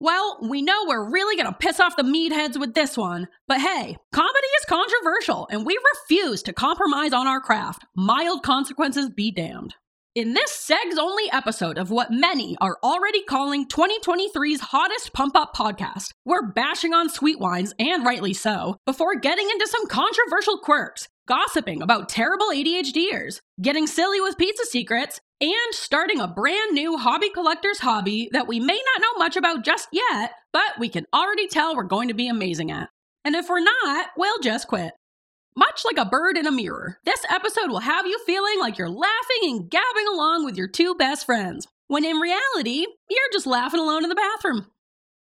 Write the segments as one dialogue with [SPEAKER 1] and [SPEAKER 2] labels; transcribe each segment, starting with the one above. [SPEAKER 1] Well, we know we're really going to piss off the meatheads with this one, but hey, comedy is controversial and we refuse to compromise on our craft. Mild consequences be damned. In this SEG's only episode of what many are already calling 2023's hottest pump up podcast, we're bashing on sweet wines, and rightly so, before getting into some controversial quirks, gossiping about terrible ADHDers, getting silly with pizza secrets, and starting a brand new hobby collector's hobby that we may not know much about just yet, but we can already tell we're going to be amazing at. And if we're not, we'll just quit. Much like a bird in a mirror, this episode will have you feeling like you're laughing and gabbing along with your two best friends, when in reality, you're just laughing alone in the bathroom.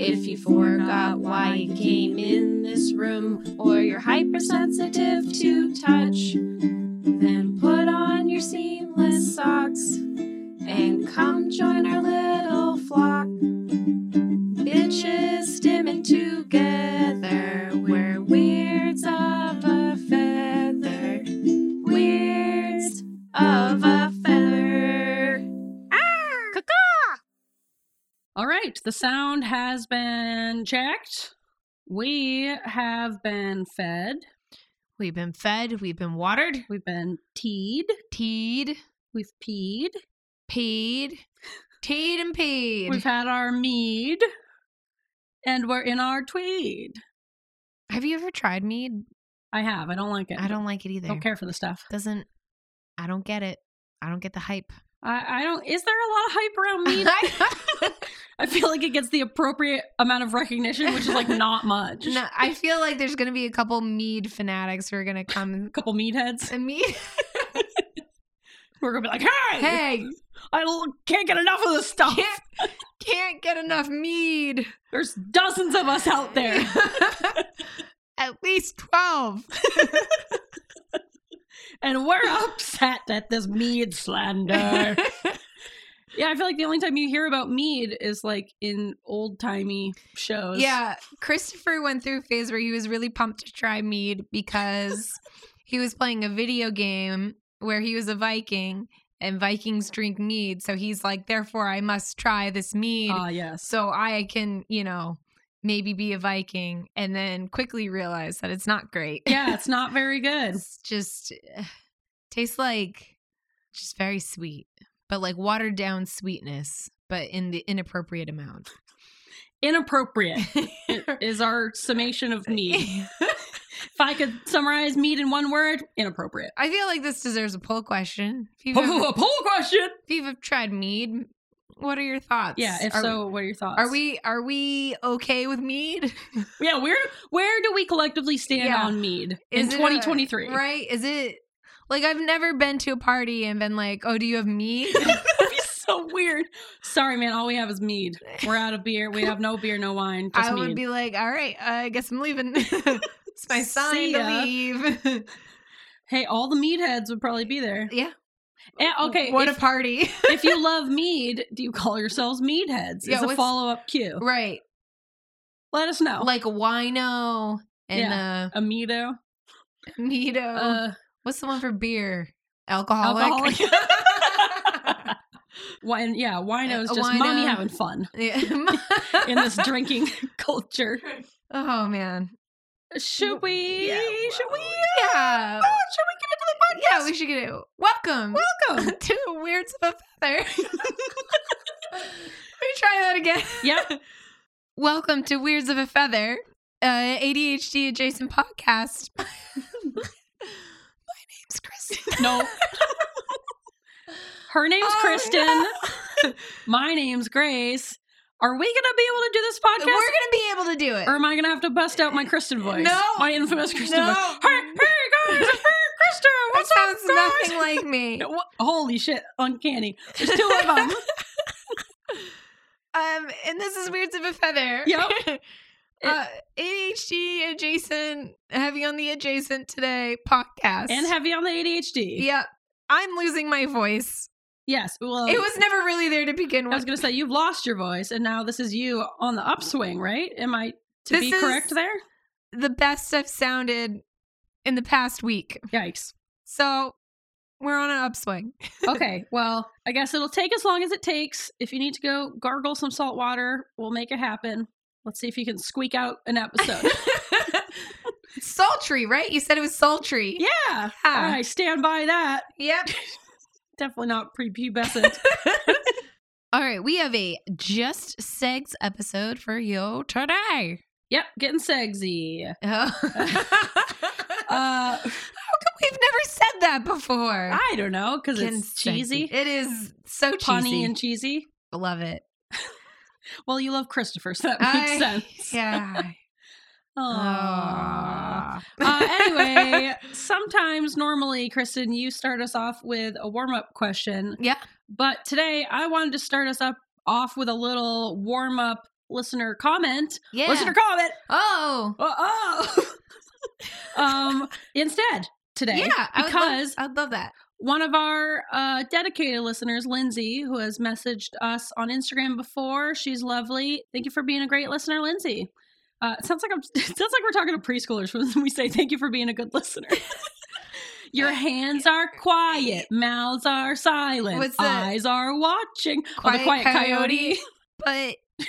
[SPEAKER 2] if you forgot why you came in this room or you're hypersensitive to touch, then put on your seamless socks and come join our little flock. Bitches stimming together, we're weirds of a feather. Weirds of a feather.
[SPEAKER 1] All right, the sound has been checked. We have been fed.
[SPEAKER 3] We've been fed, we've been watered,
[SPEAKER 1] We've been teed.
[SPEAKER 3] teed,
[SPEAKER 1] We've peed.
[SPEAKER 3] peed, teed and
[SPEAKER 1] We've
[SPEAKER 3] peed.
[SPEAKER 1] had our mead. And we're in our tweed.
[SPEAKER 3] Have you ever tried mead?
[SPEAKER 1] I have. I don't like it.
[SPEAKER 3] I don't like it either.
[SPEAKER 1] don't care for the stuff.
[SPEAKER 3] Doesn't I don't get it. I don't get the hype.
[SPEAKER 1] I, I don't. Is there a lot of hype around mead? I feel like it gets the appropriate amount of recognition, which is like not much.
[SPEAKER 3] no, I feel like there's gonna be a couple mead fanatics who are gonna come
[SPEAKER 1] A couple meatheads.
[SPEAKER 3] and mead.
[SPEAKER 1] We're gonna be like, hey,
[SPEAKER 3] hey,
[SPEAKER 1] I l- can't get enough of this
[SPEAKER 2] oh.
[SPEAKER 1] stuff.
[SPEAKER 3] can't can't get enough mead.
[SPEAKER 1] There's dozens of us out there.
[SPEAKER 3] At least twelve.
[SPEAKER 1] and we're upset at this mead slander. yeah, I feel like the only time you hear about mead is like in old timey shows.
[SPEAKER 3] Yeah, Christopher went through a phase where he was really pumped to try mead because he was playing a video game where he was a Viking and Vikings drink mead. So he's like, therefore, I must try this mead
[SPEAKER 1] Ah, yes.
[SPEAKER 3] so I can, you know, maybe be a Viking. And then quickly realize that it's not great.
[SPEAKER 1] Yeah, it's not very good.
[SPEAKER 3] it's just eh, tastes like just very sweet, but like watered down sweetness, but in the inappropriate amount.
[SPEAKER 1] Inappropriate is our summation of mead. If I could summarize mead in one word, inappropriate.
[SPEAKER 3] I feel like this deserves a poll question. If you've, ever,
[SPEAKER 1] a poll question.
[SPEAKER 3] if you've tried mead, what are your thoughts?
[SPEAKER 1] Yeah, if
[SPEAKER 3] are,
[SPEAKER 1] so, what are your thoughts?
[SPEAKER 3] are we are we okay with mead?
[SPEAKER 1] Yeah, where where do we collectively stand
[SPEAKER 3] Yeah.
[SPEAKER 1] on mead in
[SPEAKER 3] Is it a-
[SPEAKER 1] 2023?
[SPEAKER 3] Right? Is it like I've never been to a party and been like, "Oh, do you have mead?"
[SPEAKER 1] That'd be so weird. Sorry, man. All we have is mead. We're out of beer. We have no beer, no wine. Just
[SPEAKER 3] I
[SPEAKER 1] mead.
[SPEAKER 3] would be like, "All right, I guess I'm leaving." it's my
[SPEAKER 1] See
[SPEAKER 3] sign to
[SPEAKER 1] ya.
[SPEAKER 3] leave.
[SPEAKER 1] hey, all the mead heads would probably be there.
[SPEAKER 3] yeah.
[SPEAKER 1] Eh, okay.
[SPEAKER 3] What
[SPEAKER 1] if,
[SPEAKER 3] a party.
[SPEAKER 1] if you love mead, do you call yourselves mead heads?
[SPEAKER 3] Yeah,
[SPEAKER 1] it's a
[SPEAKER 3] what's-
[SPEAKER 1] follow up cue.
[SPEAKER 3] right.
[SPEAKER 1] Let us know.
[SPEAKER 3] Like a wino and uh
[SPEAKER 1] a meado.
[SPEAKER 3] a mito.
[SPEAKER 1] Uh,
[SPEAKER 3] What's the one for beer? Alcoholic.
[SPEAKER 1] alcoholic. Wine, yeah, wino is
[SPEAKER 3] Eh, A
[SPEAKER 1] just mommy
[SPEAKER 3] wino.
[SPEAKER 1] having fun
[SPEAKER 3] Yeah.
[SPEAKER 1] in this drinking culture.
[SPEAKER 3] Oh man.
[SPEAKER 1] Should we?
[SPEAKER 3] Yeah,
[SPEAKER 1] should we?
[SPEAKER 3] Yeah.
[SPEAKER 1] Oh, should we give it to
[SPEAKER 3] Yeah, we should get it. Welcome
[SPEAKER 1] the podcast? Welcome.
[SPEAKER 3] to Weirds of a Feather. Let me try that again.
[SPEAKER 1] yep.
[SPEAKER 3] Welcome to Weirds of a Feather, uh, ADHD adjacent podcast. My name's Kristen.
[SPEAKER 1] No. Her name's
[SPEAKER 3] Oh,
[SPEAKER 1] Kristen. My name's Grace. Are we gonna be able to do this
[SPEAKER 3] We're
[SPEAKER 1] podcast?
[SPEAKER 3] gonna be able to do it.
[SPEAKER 1] or am I gonna have to bust out my Kristen voice?
[SPEAKER 3] No.
[SPEAKER 1] my infamous Kristen
[SPEAKER 3] No.
[SPEAKER 1] voice. Hey, hey guys, it's her, Kristen.
[SPEAKER 3] That
[SPEAKER 1] What's
[SPEAKER 3] sounds
[SPEAKER 1] up, guys?
[SPEAKER 3] nothing like me.
[SPEAKER 1] Wha- Holy shit, uncanny. There's two of them.
[SPEAKER 3] Um, and this is Weirds of a Feather.
[SPEAKER 1] Yep.
[SPEAKER 3] uh, ADHD adjacent, heavy on the adjacent today podcast.
[SPEAKER 1] and heavy on the ADHD.
[SPEAKER 3] Yep. I'm losing my voice.
[SPEAKER 1] Yes. Well,
[SPEAKER 3] It was never really there to begin
[SPEAKER 1] I was
[SPEAKER 3] with.
[SPEAKER 1] going to say you've lost your voice, and now this is you on the upswing, right? Am I to
[SPEAKER 3] This
[SPEAKER 1] be
[SPEAKER 3] is-
[SPEAKER 1] correct there?
[SPEAKER 3] The best I've sounded in the past week.
[SPEAKER 1] Yikes.
[SPEAKER 3] So we're on an upswing.
[SPEAKER 1] Okay. well, I guess it'll take as long as it takes. If you need to go gargle some salt water, we'll make it happen. Let's see if you can squeak out an episode.
[SPEAKER 3] sultry, right? You said it was sultry.
[SPEAKER 1] yeah.
[SPEAKER 3] Yeah.
[SPEAKER 1] I stand by that.
[SPEAKER 3] Yep.
[SPEAKER 1] Definitely not prepubescent.
[SPEAKER 3] All right. We have a just segs episode for you today.
[SPEAKER 1] yep, getting sexy.
[SPEAKER 3] Oh.
[SPEAKER 1] Uh,
[SPEAKER 3] We've never said that before.
[SPEAKER 1] I don't know because
[SPEAKER 3] Getting
[SPEAKER 1] it's cheesy,
[SPEAKER 3] sexy. It is so
[SPEAKER 1] punny,
[SPEAKER 3] cheesy.
[SPEAKER 1] and cheesy.
[SPEAKER 3] love it.
[SPEAKER 1] Well, you love Christopher, so that makes
[SPEAKER 3] I-
[SPEAKER 1] sense.
[SPEAKER 3] Yeah.
[SPEAKER 1] Aw.
[SPEAKER 3] Aw.
[SPEAKER 1] uh, anyway, sometimes normally, Kristen, you start us off with a warm up question.
[SPEAKER 3] Yeah.
[SPEAKER 1] But today I wanted to start us up off with a little warm up listener comment.
[SPEAKER 3] Yeah.
[SPEAKER 1] Listener comment.
[SPEAKER 3] oh.
[SPEAKER 1] Oh. oh. um, instead today.
[SPEAKER 3] Yeah. I would love-
[SPEAKER 1] because-
[SPEAKER 3] I'd love that.
[SPEAKER 1] One of our uh, dedicated listeners, Lindsay, who has messaged us on Instagram before, she's lovely. Thank you for being a great listener, Lindsay. Uh, it sounds like I'm, it sounds like we're talking to preschoolers when we say thank you for being a good listener. Your hands are quiet, mouths are silent,
[SPEAKER 3] What's the-
[SPEAKER 1] eyes are watching. Oh, the
[SPEAKER 3] Quiet
[SPEAKER 1] quiet coyote.
[SPEAKER 3] Coyote. But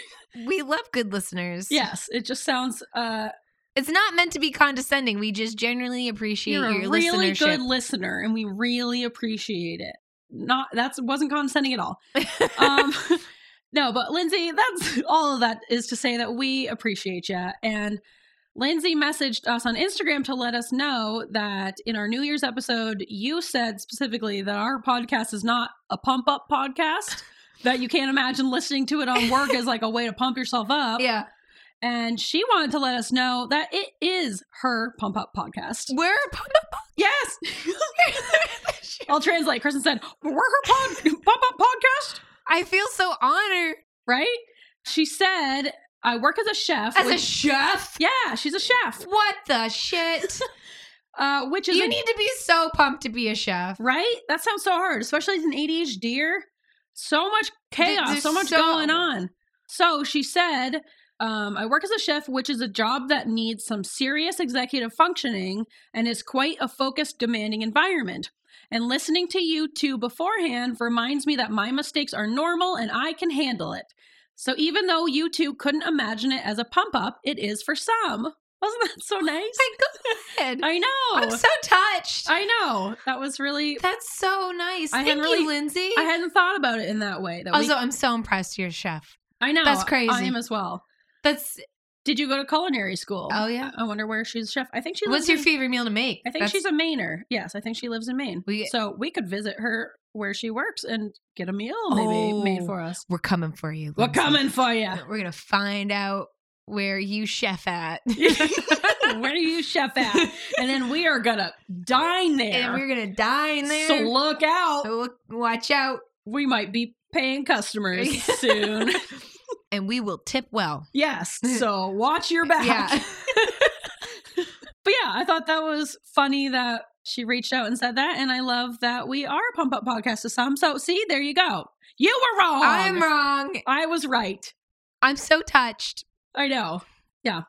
[SPEAKER 3] we love good listeners.
[SPEAKER 1] yes, it just sounds. Uh,
[SPEAKER 3] It's not meant to be condescending. We just generally appreciate
[SPEAKER 1] you're a
[SPEAKER 3] your
[SPEAKER 1] really
[SPEAKER 3] listenership.
[SPEAKER 1] good listener, and we really appreciate it. Not that's wasn't condescending at all. um no but lindsay that's all of that is to say that we appreciate you and lindsay messaged us on instagram to let us know that in our new year's episode you said specifically that our podcast is not a pump up podcast that you can't imagine listening to it on work as like a way to pump yourself up
[SPEAKER 3] yeah.
[SPEAKER 1] and she wanted to let us know that it is her pump up podcast
[SPEAKER 3] We're a pump up
[SPEAKER 1] yes
[SPEAKER 3] podcast.
[SPEAKER 1] i'll translate kristen said we're her pod- pump up podcast
[SPEAKER 3] I feel so honored.
[SPEAKER 1] right? She said, I work as a chef.
[SPEAKER 3] As a
[SPEAKER 1] which-
[SPEAKER 3] chef?
[SPEAKER 1] yeah, she's a chef,
[SPEAKER 3] What the shit?
[SPEAKER 1] uh, which is
[SPEAKER 3] you
[SPEAKER 1] a-
[SPEAKER 3] need to be so pumped to be a chef.
[SPEAKER 1] right. That sounds so hard, especially as an ADHDer. So much chaos,
[SPEAKER 3] there's
[SPEAKER 1] so much
[SPEAKER 3] so-
[SPEAKER 1] going on. So she said, um, I work as a chef, which is a job that needs some serious executive functioning and is quite a focused, demanding environment. And listening to you two beforehand reminds me that my mistakes are normal and I can handle it. So even though you two couldn't imagine it as a pump up, it is for some. Wasn't that so nice?
[SPEAKER 3] My God.
[SPEAKER 1] I know.
[SPEAKER 3] I'm so touched.
[SPEAKER 1] I know. That was really
[SPEAKER 3] That's so nice.
[SPEAKER 1] I
[SPEAKER 3] Thank
[SPEAKER 1] hadn't really-
[SPEAKER 3] you, Lindsay.
[SPEAKER 1] I hadn't thought about it in that way. That
[SPEAKER 3] also,
[SPEAKER 1] we,
[SPEAKER 3] I'm so impressed you're a chef.
[SPEAKER 1] I know
[SPEAKER 3] that's crazy.
[SPEAKER 1] I am as well.
[SPEAKER 3] That's
[SPEAKER 1] Did you go to culinary school?
[SPEAKER 3] Oh, yeah.
[SPEAKER 1] I wonder where she's a chef. I think she.
[SPEAKER 3] what's
[SPEAKER 1] Lives
[SPEAKER 3] your
[SPEAKER 1] in-
[SPEAKER 3] favorite meal to make?
[SPEAKER 1] I think
[SPEAKER 3] That's-
[SPEAKER 1] she's a Mainer. Yes, I think she lives in Maine.
[SPEAKER 3] We-
[SPEAKER 1] so we could visit her where she works and get a meal maybe made
[SPEAKER 3] Oh.
[SPEAKER 1] for us.
[SPEAKER 3] We're coming for you.
[SPEAKER 1] We're
[SPEAKER 3] Lindsay.
[SPEAKER 1] coming for you.
[SPEAKER 3] We're gonna find out where you chef at.
[SPEAKER 1] where do you chef at? And then we are gonna dine there.
[SPEAKER 3] And we're gonna dine there. Oh.
[SPEAKER 1] So look out.
[SPEAKER 3] So look- watch out.
[SPEAKER 1] We might be paying customers soon.
[SPEAKER 3] And we will tip well.
[SPEAKER 1] Yes. So watch your back.
[SPEAKER 3] Yeah.
[SPEAKER 1] But yeah, I thought that was funny that she reached out and said that. And I love that we are a pump up podcast to some. So see, there you go. You were wrong.
[SPEAKER 3] I'm wrong.
[SPEAKER 1] I was right.
[SPEAKER 3] I'm so touched.
[SPEAKER 1] I know.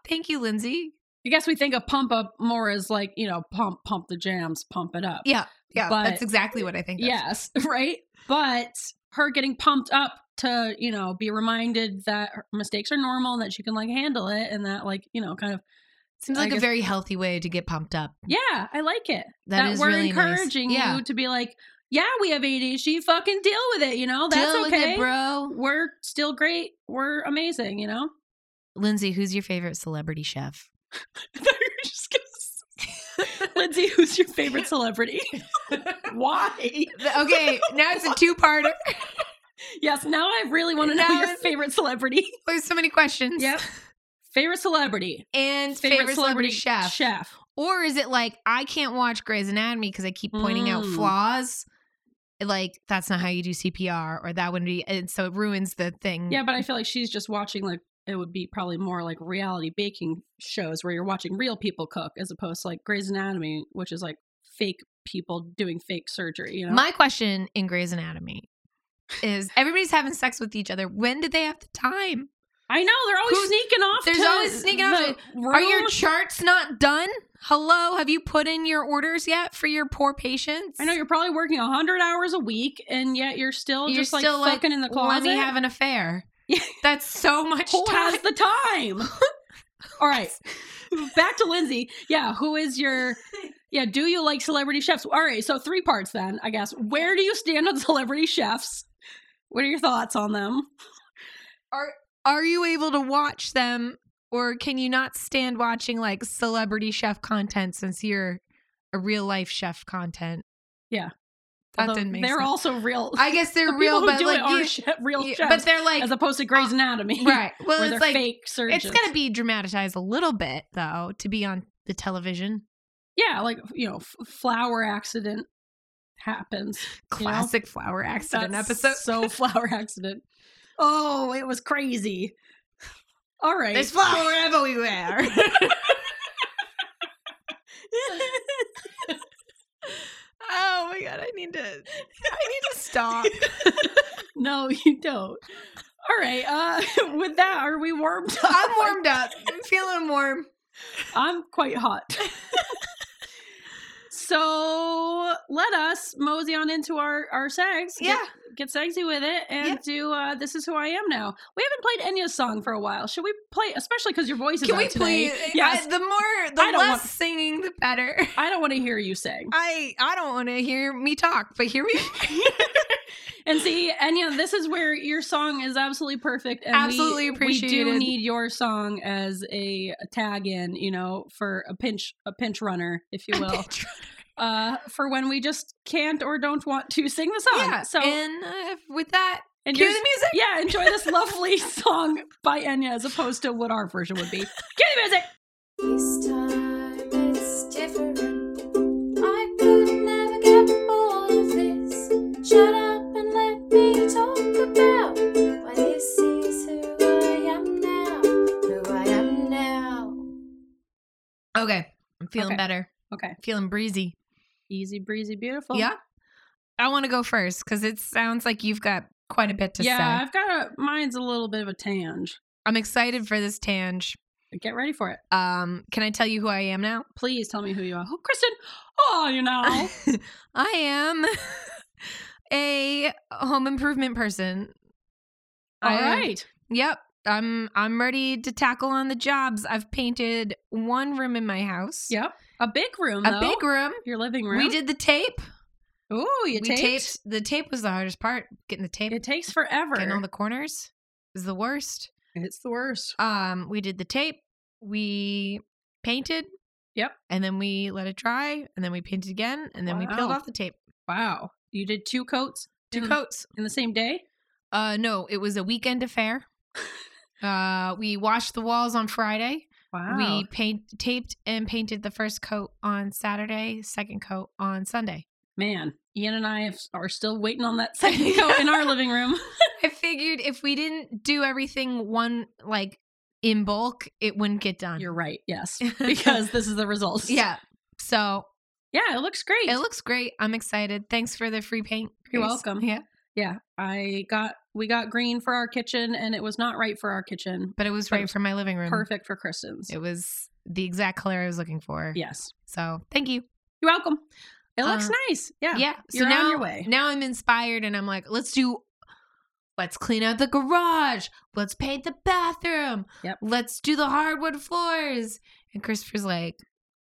[SPEAKER 3] Thank you, Lindsay.
[SPEAKER 1] I guess we think of pump up more as like, you know, pump, pump the jams, pump it up.
[SPEAKER 3] Yeah. Yeah.
[SPEAKER 1] But-
[SPEAKER 3] that's exactly what I think. of.
[SPEAKER 1] Yes. Right. But her getting pumped up to, you know, be reminded that her mistakes are normal and that she can like handle it and that like, you know, kind of,
[SPEAKER 3] Seems
[SPEAKER 1] I
[SPEAKER 3] like a
[SPEAKER 1] guess-
[SPEAKER 3] very healthy way to get pumped up.
[SPEAKER 1] yeah, I like it.
[SPEAKER 3] that is
[SPEAKER 1] we're
[SPEAKER 3] really nice.
[SPEAKER 1] encouraging
[SPEAKER 3] Yeah.
[SPEAKER 1] you to be like, yeah, we have ADHD. Fucking deal with it. You know, that's
[SPEAKER 3] Deal with
[SPEAKER 1] okay.
[SPEAKER 3] it, bro.
[SPEAKER 1] We're still great. We're amazing. You know.
[SPEAKER 3] Lindsay, who's your favorite celebrity chef?
[SPEAKER 1] Lindsay, who's your favorite celebrity? Why?
[SPEAKER 3] okay, now it's a two-parter. Oh,
[SPEAKER 1] Yes, now I really want to know
[SPEAKER 3] Now
[SPEAKER 1] your
[SPEAKER 3] it's-
[SPEAKER 1] favorite celebrity.
[SPEAKER 3] There's so many questions.
[SPEAKER 1] Favorite celebrity.
[SPEAKER 3] And favorite, celebrity, chef.
[SPEAKER 1] Chef.
[SPEAKER 3] Or is it like I can't watch Grey's Anatomy because I keep pointing out
[SPEAKER 1] Mm.
[SPEAKER 3] flaws like that's not how you do CPR or that wouldn't be and so it ruins the thing.
[SPEAKER 1] Yeah, but I feel like she's just watching like it would be probably more like reality baking shows where you're watching real people cook as opposed to like Grey's Anatomy, which is like fake people doing fake surgery, you know?
[SPEAKER 3] My question in Grey's Anatomy is everybody's having sex with each other. When did they have the time?
[SPEAKER 1] I know they're always
[SPEAKER 3] Who's-
[SPEAKER 1] sneaking off.
[SPEAKER 3] there's
[SPEAKER 1] to
[SPEAKER 3] always sneaking off
[SPEAKER 1] the
[SPEAKER 3] Are your
[SPEAKER 1] room.
[SPEAKER 3] charts not done? Hello, have you put in your orders yet for your poor patients?
[SPEAKER 1] I know you're probably working hundred hours a week, and yet you're still
[SPEAKER 3] You're
[SPEAKER 1] just like
[SPEAKER 3] still, like,
[SPEAKER 1] fucking in the closet.
[SPEAKER 3] when you have an affair.
[SPEAKER 1] Yeah.
[SPEAKER 3] That's so much
[SPEAKER 1] who
[SPEAKER 3] time.
[SPEAKER 1] has the time? All right, back to Lindsay. Yeah, who is your? Yeah, do you like celebrity chefs? All right, so three parts then, I guess. Where do you stand on celebrity chefs? What are your thoughts on them?
[SPEAKER 3] Are you able to watch them or can you not stand watching like celebrity chef content since you're a real life chef content?
[SPEAKER 1] Yeah.
[SPEAKER 3] That
[SPEAKER 1] Although
[SPEAKER 3] didn't make
[SPEAKER 1] they're
[SPEAKER 3] sense.
[SPEAKER 1] also real.
[SPEAKER 3] I guess they're
[SPEAKER 1] the people
[SPEAKER 3] real,
[SPEAKER 1] who
[SPEAKER 3] but
[SPEAKER 1] do
[SPEAKER 3] like
[SPEAKER 1] it are
[SPEAKER 3] you-
[SPEAKER 1] che- real
[SPEAKER 3] you-
[SPEAKER 1] chefs,
[SPEAKER 3] but they're like uh,
[SPEAKER 1] as opposed to Grey's Anatomy,
[SPEAKER 3] right. Well,
[SPEAKER 1] where
[SPEAKER 3] it's
[SPEAKER 1] they're
[SPEAKER 3] like
[SPEAKER 1] fake surgeons.
[SPEAKER 3] it's gonna be dramatized a little bit though to be on the television.
[SPEAKER 1] yeah, like you know, f- flower accident happens. You know?
[SPEAKER 3] Classic flower accident
[SPEAKER 1] That's
[SPEAKER 3] episode.
[SPEAKER 1] So flower accident. Oh, it was crazy. All right.
[SPEAKER 3] There's flour everywhere. oh my god, I need to I need to stop.
[SPEAKER 1] no, you don't. All right. Uh, with that, are we warmed up?
[SPEAKER 3] I'm warmed up. I'm feeling warm.
[SPEAKER 1] I'm quite hot. so let us mosey on into our our segs.
[SPEAKER 3] Yeah.
[SPEAKER 1] Get, get sexy with it and
[SPEAKER 3] Yeah.
[SPEAKER 1] do uh, this is who I am now. We haven't played Enya's song for a while. Should we play? Especially because your voice is
[SPEAKER 3] Can
[SPEAKER 1] out
[SPEAKER 3] we
[SPEAKER 1] today.
[SPEAKER 3] please?
[SPEAKER 1] Yes.
[SPEAKER 3] I- the more, the
[SPEAKER 1] I don't
[SPEAKER 3] less
[SPEAKER 1] want-
[SPEAKER 3] singing, the better.
[SPEAKER 1] I don't want to hear you sing.
[SPEAKER 3] I I don't want to hear me talk, but here we
[SPEAKER 1] And see, Enya, this is where your song is absolutely perfect. And we-
[SPEAKER 3] Absolutely
[SPEAKER 1] We do
[SPEAKER 3] appreciated.
[SPEAKER 1] need your song as a tag in, you know, for a pinch, a pinch runner, if you will, uh, for when we just can't or don't want to sing the song.
[SPEAKER 3] yeah.
[SPEAKER 1] so,
[SPEAKER 3] and uh, with that,
[SPEAKER 1] and
[SPEAKER 3] cue the
[SPEAKER 1] yours-
[SPEAKER 3] music.
[SPEAKER 1] yeah, enjoy this lovely song by Enya as opposed to what our version would be. Cue the music.
[SPEAKER 2] This time it's different. I could never get bored of this. Shut up and let me talk about why this is who I am now. Who I am now.
[SPEAKER 3] Okay, I'm feeling
[SPEAKER 1] Okay.
[SPEAKER 3] better.
[SPEAKER 1] Okay,
[SPEAKER 3] Feeling breezy.
[SPEAKER 1] easy breezy, beautiful.
[SPEAKER 3] Yeah. I want to go first because it sounds like you've got quite a bit to
[SPEAKER 1] yeah.
[SPEAKER 3] say.
[SPEAKER 1] I've got a mine's a little bit of a tange.
[SPEAKER 3] I'm excited for this tange.
[SPEAKER 1] Get ready for it.
[SPEAKER 3] Um, can I tell you who I am now?
[SPEAKER 1] Please tell me who you are. Oh, Kristen. Oh, you know.
[SPEAKER 3] I am a home improvement person.
[SPEAKER 1] All
[SPEAKER 3] I-
[SPEAKER 1] right.
[SPEAKER 3] Yep. I'm I'm ready to tackle on the jobs. I've painted one room in my house.
[SPEAKER 1] Yep. A big room.
[SPEAKER 3] A
[SPEAKER 1] though.
[SPEAKER 3] big room.
[SPEAKER 1] Your living room.
[SPEAKER 3] We did the tape.
[SPEAKER 1] Ooh, you
[SPEAKER 3] we
[SPEAKER 1] taped.
[SPEAKER 3] The tape was the hardest part. Getting the tape,
[SPEAKER 1] It takes forever.
[SPEAKER 3] getting all the corners is the worst.
[SPEAKER 1] it's the worst.
[SPEAKER 3] Um, we did the tape. We painted.
[SPEAKER 1] Yep.
[SPEAKER 3] And then we let it dry, and then we painted again, and then we peeled
[SPEAKER 1] Wow.
[SPEAKER 3] off the tape.
[SPEAKER 1] Wow. You did two coats.
[SPEAKER 3] Two
[SPEAKER 1] in,
[SPEAKER 3] coats.
[SPEAKER 1] in the same day.
[SPEAKER 3] Uh, no, it was a weekend affair. uh, we washed the walls on Friday.
[SPEAKER 1] Wow.
[SPEAKER 3] We paint taped and painted the first coat on Saturday, second coat on Sunday.
[SPEAKER 1] Man, Ian and I have, are still waiting on that second coat in our living room.
[SPEAKER 3] I figured if we didn't do everything one like in bulk, it wouldn't get done.
[SPEAKER 1] You're right. Yes, because this is the results.
[SPEAKER 3] yeah. So
[SPEAKER 1] Yeah. It looks great.
[SPEAKER 3] it looks great. I'm excited. Thanks for the free paint.
[SPEAKER 1] You're
[SPEAKER 3] Grace.
[SPEAKER 1] welcome.
[SPEAKER 3] Yeah.
[SPEAKER 1] yeah. I got we got green for our kitchen, and it was not right for our kitchen.
[SPEAKER 3] But it was
[SPEAKER 1] But it
[SPEAKER 3] right
[SPEAKER 1] was
[SPEAKER 3] for my living room.
[SPEAKER 1] Perfect for Kristen's.
[SPEAKER 3] It was the exact color I was looking for.
[SPEAKER 1] yes.
[SPEAKER 3] So thank you.
[SPEAKER 1] You're welcome. It looks
[SPEAKER 3] Uh,
[SPEAKER 1] nice. Yeah.
[SPEAKER 3] Yeah. So
[SPEAKER 1] You're
[SPEAKER 3] now,
[SPEAKER 1] on your way.
[SPEAKER 3] Now I'm inspired and I'm like, let's do let's clean out the garage. Let's paint the bathroom.
[SPEAKER 1] Yep.
[SPEAKER 3] Let's do the hardwood floors. And Christopher's like,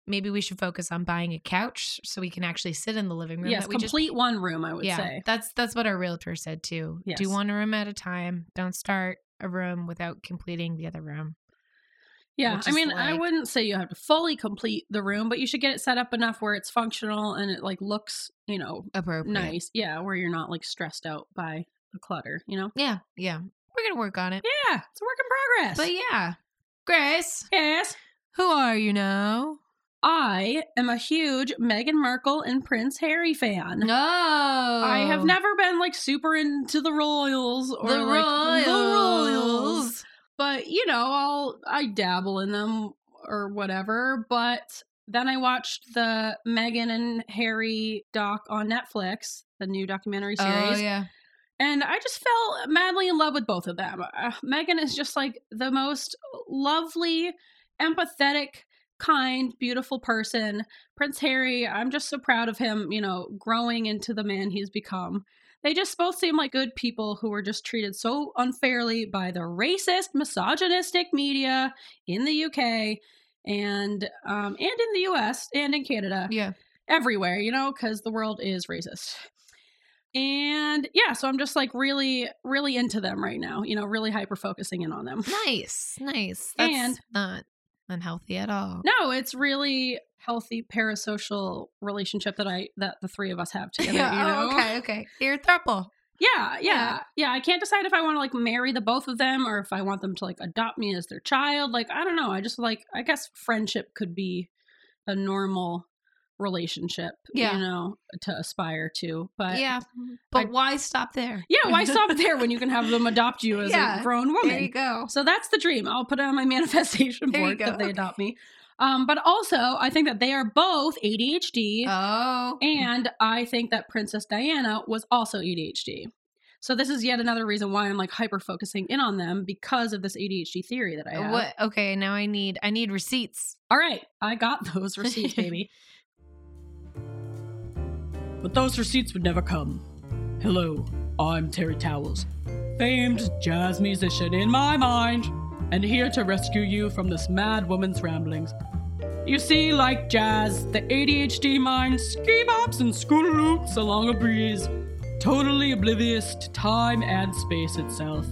[SPEAKER 3] maybe we should focus on buying a couch so we can actually sit in the living room.
[SPEAKER 1] Yes,
[SPEAKER 3] that we just
[SPEAKER 1] complete one room, I would
[SPEAKER 3] yeah,
[SPEAKER 1] say.
[SPEAKER 3] that's that's what our realtor said too.
[SPEAKER 1] Yes.
[SPEAKER 3] Do one room at a time. Don't start a room without completing the other room.
[SPEAKER 1] Yeah,
[SPEAKER 3] which
[SPEAKER 1] I
[SPEAKER 3] is
[SPEAKER 1] mean, I
[SPEAKER 3] like-
[SPEAKER 1] wouldn't say you have to fully complete the room, but you should get it set up enough where it's functional and it like looks, you know,
[SPEAKER 3] Appropriate.
[SPEAKER 1] nice. Yeah, where you're not like stressed out by the clutter, you know?
[SPEAKER 3] Yeah, yeah. We're gonna work on it.
[SPEAKER 1] Yeah, it's a work in progress.
[SPEAKER 3] But yeah, Grace,
[SPEAKER 1] yes.
[SPEAKER 3] who are you now?
[SPEAKER 1] I am a huge Meghan Markle and Prince Harry fan.
[SPEAKER 3] No. I
[SPEAKER 1] I have never been like super into the royals or
[SPEAKER 3] Oh. The
[SPEAKER 1] like the royals,
[SPEAKER 3] Royals.
[SPEAKER 1] but you know, I'll I dabble in them or whatever. But then I watched the Meghan and Harry doc on Netflix, the new documentary
[SPEAKER 3] Oh,
[SPEAKER 1] series,
[SPEAKER 3] yeah.
[SPEAKER 1] and I just fell madly in love with both of them. Uh, Megan is just like the most lovely, empathetic, kind, beautiful person. Prince Harry, I'm just so proud of him, you know, growing into the man he's become. They just both seem like good people who were just treated so unfairly by the racist, misogynistic media in the UK and um, and in the US and in Canada
[SPEAKER 3] Yeah.
[SPEAKER 1] everywhere, you know, because the world is racist. And yeah, so I'm just like really, really into them right now, you know, really hyper focusing in on them.
[SPEAKER 3] Nice. Nice. That's
[SPEAKER 1] And-
[SPEAKER 3] not unhealthy at all.
[SPEAKER 1] No, it's really healthy parasocial relationship that I that the three of us have together. you know?
[SPEAKER 3] oh, okay. Okay. You're a throuple.
[SPEAKER 1] Yeah, yeah, yeah,
[SPEAKER 3] Yeah.
[SPEAKER 1] I can't decide if I want to like marry the both of them or if I want them to like adopt me as their child. Like, I don't know. I just like, I guess friendship could be a normal relationship,
[SPEAKER 3] Yeah.
[SPEAKER 1] you know, to aspire to. But
[SPEAKER 3] yeah. But why stop there?
[SPEAKER 1] Yeah, why stop there when you can have them adopt you as a
[SPEAKER 3] Yeah,
[SPEAKER 1] grown woman?
[SPEAKER 3] There you go.
[SPEAKER 1] So that's the dream. I'll put it on my manifestation
[SPEAKER 3] There you
[SPEAKER 1] board
[SPEAKER 3] go.
[SPEAKER 1] that they adopt me. Um, but also, I think that they are both ADHD,
[SPEAKER 3] Oh.
[SPEAKER 1] and I think that Princess Diana was also ADHD. So this is yet another reason why I'm like hyper focusing in on them because of this ADHD theory that I have.
[SPEAKER 3] What? Okay, now I need I need receipts.
[SPEAKER 1] All right, I got those receipts, baby. But those receipts would never come. Hello, I'm Terry Towles, famed jazz musician in my mind, and here to rescue you from this mad woman's ramblings. You see, like jazz, the ADHD mind ski bops and scooter loops along a breeze, totally oblivious to time and space itself.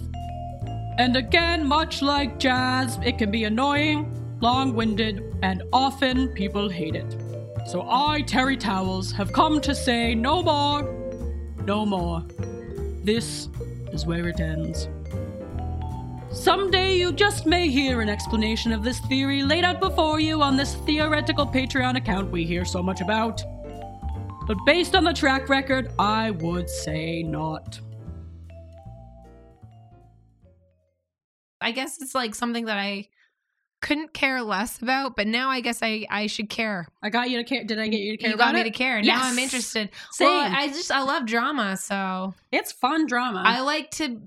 [SPEAKER 1] And again, much like jazz, it can be annoying, long winded, and often people hate it. So I, Terry Towles, have come to say no more, no more. This is where it ends. Someday you just may hear an explanation of this theory laid out before you on this theoretical Patreon account we hear so much about. But based on the track record, I would say not.
[SPEAKER 3] I guess it's like something that I couldn't care less about, but now I guess I I should care.
[SPEAKER 1] I got you to care. Did I get you to care
[SPEAKER 3] you
[SPEAKER 1] about
[SPEAKER 3] got me
[SPEAKER 1] it?
[SPEAKER 3] to care.
[SPEAKER 1] Yes.
[SPEAKER 3] Now I'm interested.
[SPEAKER 1] Same.
[SPEAKER 3] Well, I just I love drama, so
[SPEAKER 1] It's fun drama.
[SPEAKER 3] I like to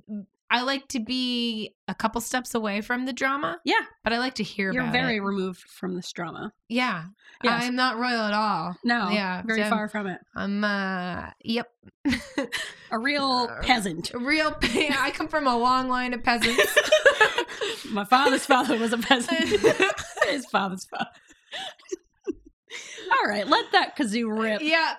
[SPEAKER 3] I like to be a couple steps away from the drama.
[SPEAKER 1] Yeah.
[SPEAKER 3] but I like to hear
[SPEAKER 1] You're
[SPEAKER 3] about
[SPEAKER 1] very
[SPEAKER 3] it.
[SPEAKER 1] removed from this drama.
[SPEAKER 3] Yeah,
[SPEAKER 1] Yes.
[SPEAKER 3] I'm not royal at all.
[SPEAKER 1] no,
[SPEAKER 3] yeah,
[SPEAKER 1] very
[SPEAKER 3] so-
[SPEAKER 1] far from it.
[SPEAKER 3] I'm uh yep,
[SPEAKER 1] A real
[SPEAKER 3] Uh,
[SPEAKER 1] peasant.
[SPEAKER 3] real. I come from a long line of peasants.
[SPEAKER 1] My father's father was a peasant. His father's father. All right, let that kazoo rip.
[SPEAKER 3] yeah.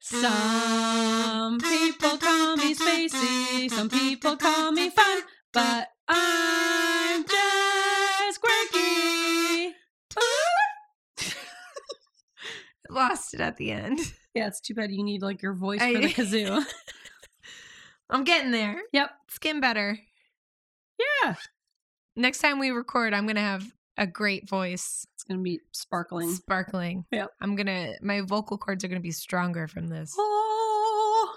[SPEAKER 1] Some people call me spacey, some people call me fun, but I'm just quirky.
[SPEAKER 3] lost it at the end.
[SPEAKER 1] Yeah, it's too bad you need like your voice
[SPEAKER 3] I-
[SPEAKER 1] for the kazoo.
[SPEAKER 3] I'm getting there.
[SPEAKER 1] Yep.
[SPEAKER 3] It's getting better.
[SPEAKER 1] Yeah.
[SPEAKER 3] Next time we record, I'm gonna have a great voice,
[SPEAKER 1] It's gonna be sparkling.
[SPEAKER 3] sparkling.
[SPEAKER 1] Yep.
[SPEAKER 3] I'm gonna. My vocal cords are gonna be stronger from this.
[SPEAKER 1] Oh.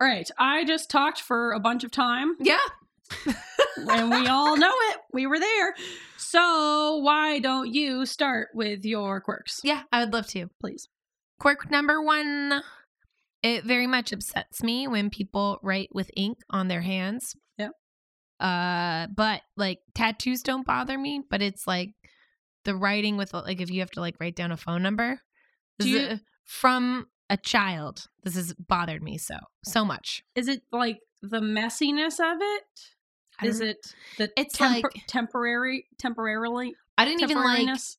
[SPEAKER 1] All right, I just talked for a bunch of time,
[SPEAKER 3] Yeah.
[SPEAKER 1] and we all know it. We were there. So why don't you start with your quirks,
[SPEAKER 3] Yeah. I would love to.
[SPEAKER 1] please?
[SPEAKER 3] Quirk number one. It very much upsets me when people write with ink on their hands.
[SPEAKER 1] Yep.
[SPEAKER 3] Uh, but like tattoos don't bother me, but it's like the writing with like if you have to like write down a phone number
[SPEAKER 1] Do
[SPEAKER 3] This is
[SPEAKER 1] you-
[SPEAKER 3] a- from a child. This has bothered me so so much.
[SPEAKER 1] Is it like the messiness of it?
[SPEAKER 3] I
[SPEAKER 1] Is
[SPEAKER 3] don't-
[SPEAKER 1] it the
[SPEAKER 3] It's like-
[SPEAKER 1] temporary, temporarily,
[SPEAKER 3] I didn't even like
[SPEAKER 1] temporariness?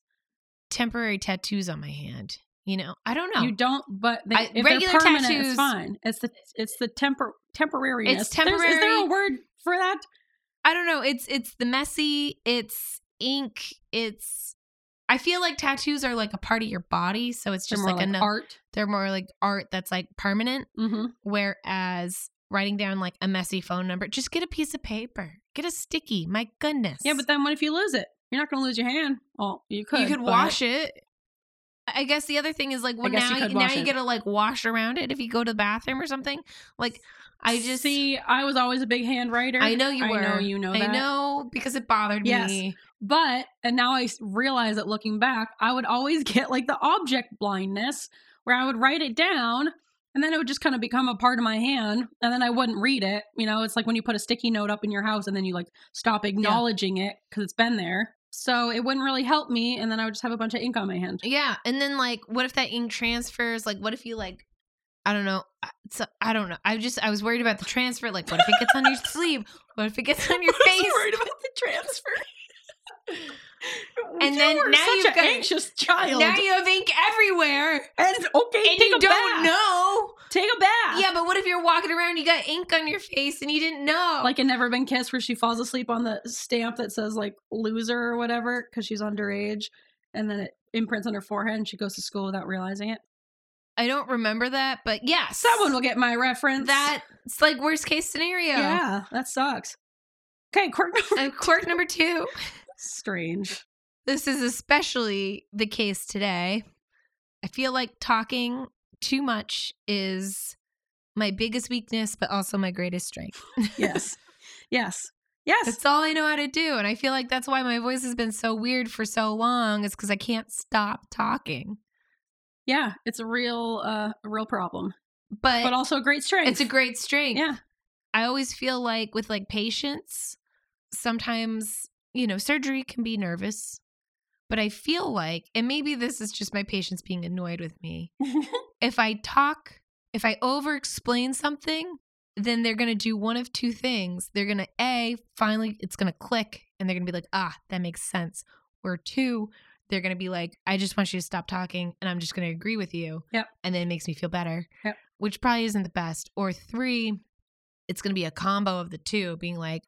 [SPEAKER 3] temporary tattoos on my hand. You know, I don't know.
[SPEAKER 1] You don't, but they,
[SPEAKER 3] I-
[SPEAKER 1] if
[SPEAKER 3] regular
[SPEAKER 1] they're permanent, it's
[SPEAKER 3] tattoos-
[SPEAKER 1] fine. It's the it's the tempor temporariness.
[SPEAKER 3] It's
[SPEAKER 1] There's- Is there a
[SPEAKER 3] temporary.
[SPEAKER 1] word for that?
[SPEAKER 3] I don't know. It's it's the messy. It's ink. It's. I feel like tattoos are like a part of your body, so it's
[SPEAKER 1] They're
[SPEAKER 3] just
[SPEAKER 1] more
[SPEAKER 3] like, ano-
[SPEAKER 1] art.
[SPEAKER 3] They're more like art that's like permanent.
[SPEAKER 1] Mm-hmm.
[SPEAKER 3] Whereas writing down like a messy phone number, just get a piece of paper, get a sticky. My goodness.
[SPEAKER 1] Yeah, but then what if you lose it? You're not going to lose your hand. Well, you could.
[SPEAKER 3] you could
[SPEAKER 1] but-
[SPEAKER 3] wash it. I guess the other thing is like well,
[SPEAKER 1] guess you
[SPEAKER 3] now you
[SPEAKER 1] could
[SPEAKER 3] now
[SPEAKER 1] wash
[SPEAKER 3] you
[SPEAKER 1] it.
[SPEAKER 3] get to like wash around it if you go to the bathroom or something. Like I just
[SPEAKER 1] see. I was always a big hand writer.
[SPEAKER 3] I know you were.
[SPEAKER 1] I know you know.
[SPEAKER 3] I
[SPEAKER 1] that.
[SPEAKER 3] know because it bothered
[SPEAKER 1] Yes.
[SPEAKER 3] me.
[SPEAKER 1] But and now I s- realize that looking back, I would always get like the object blindness, where I would write it down, and then it would just kind of become a part of my hand, and then I wouldn't read it. You know, it's like when you put a sticky note up in your house, and then you like stop acknowledging it it because it's been there. So it wouldn't really help me, and then I would just have a bunch of ink on my hand.
[SPEAKER 3] Yeah, and then like what if that ink transfers? Like what if you like I don't know. I- So I don't know. I just I was worried about the transfer. Like what if it gets on your sleeve? What if it gets on your face?
[SPEAKER 1] about the transfer.
[SPEAKER 3] And
[SPEAKER 1] you
[SPEAKER 3] then
[SPEAKER 1] were
[SPEAKER 3] now
[SPEAKER 1] such
[SPEAKER 3] you've
[SPEAKER 1] an
[SPEAKER 3] got-
[SPEAKER 1] anxious child.
[SPEAKER 3] Now you have ink everywhere.
[SPEAKER 1] and okay,
[SPEAKER 3] And
[SPEAKER 1] take
[SPEAKER 3] you
[SPEAKER 1] a
[SPEAKER 3] don't
[SPEAKER 1] bath.
[SPEAKER 3] know.
[SPEAKER 1] Take a bath.
[SPEAKER 3] Yeah, but what if you're walking around and you got ink on your face and you didn't know?
[SPEAKER 1] like in Never Been Kissed, where she falls asleep on the stamp that says like loser or whatever because she's underage, and then it imprints on her forehead and she goes to school without realizing it.
[SPEAKER 3] I don't remember that, but yeah,
[SPEAKER 1] Someone will get my reference.
[SPEAKER 3] that's like worst case scenario.
[SPEAKER 1] yeah, that sucks. Okay, quirk number
[SPEAKER 3] And quirk number two.
[SPEAKER 1] strange.
[SPEAKER 3] This is especially the case today. I feel like talking too much is my biggest weakness, but also my greatest strength.
[SPEAKER 1] Yes, yes, yes.
[SPEAKER 3] That's all I know how to do. And I feel like that's why my voice has been so weird for so long, is because I can't stop talking.
[SPEAKER 1] Yeah, it's a real, uh, a real problem,
[SPEAKER 3] But,
[SPEAKER 1] but also a great strength.
[SPEAKER 3] it's a great strength.
[SPEAKER 1] yeah.
[SPEAKER 3] I always feel like with like patients, sometimes, you know, surgery can be nervous, but I feel like, and maybe this is just my patients being annoyed with me. if I talk, if I over explain something, then they're going to do one of two things. They're going to, A, finally, it's going to click and they're going to be like, ah, that makes sense. Or two, they're going to be like, I just want you to stop talking and I'm just going to agree with you.
[SPEAKER 1] Yep.
[SPEAKER 3] And then it makes me feel better,
[SPEAKER 1] Yep.
[SPEAKER 3] which probably isn't the best. Or three, it's going to be a combo of the two being like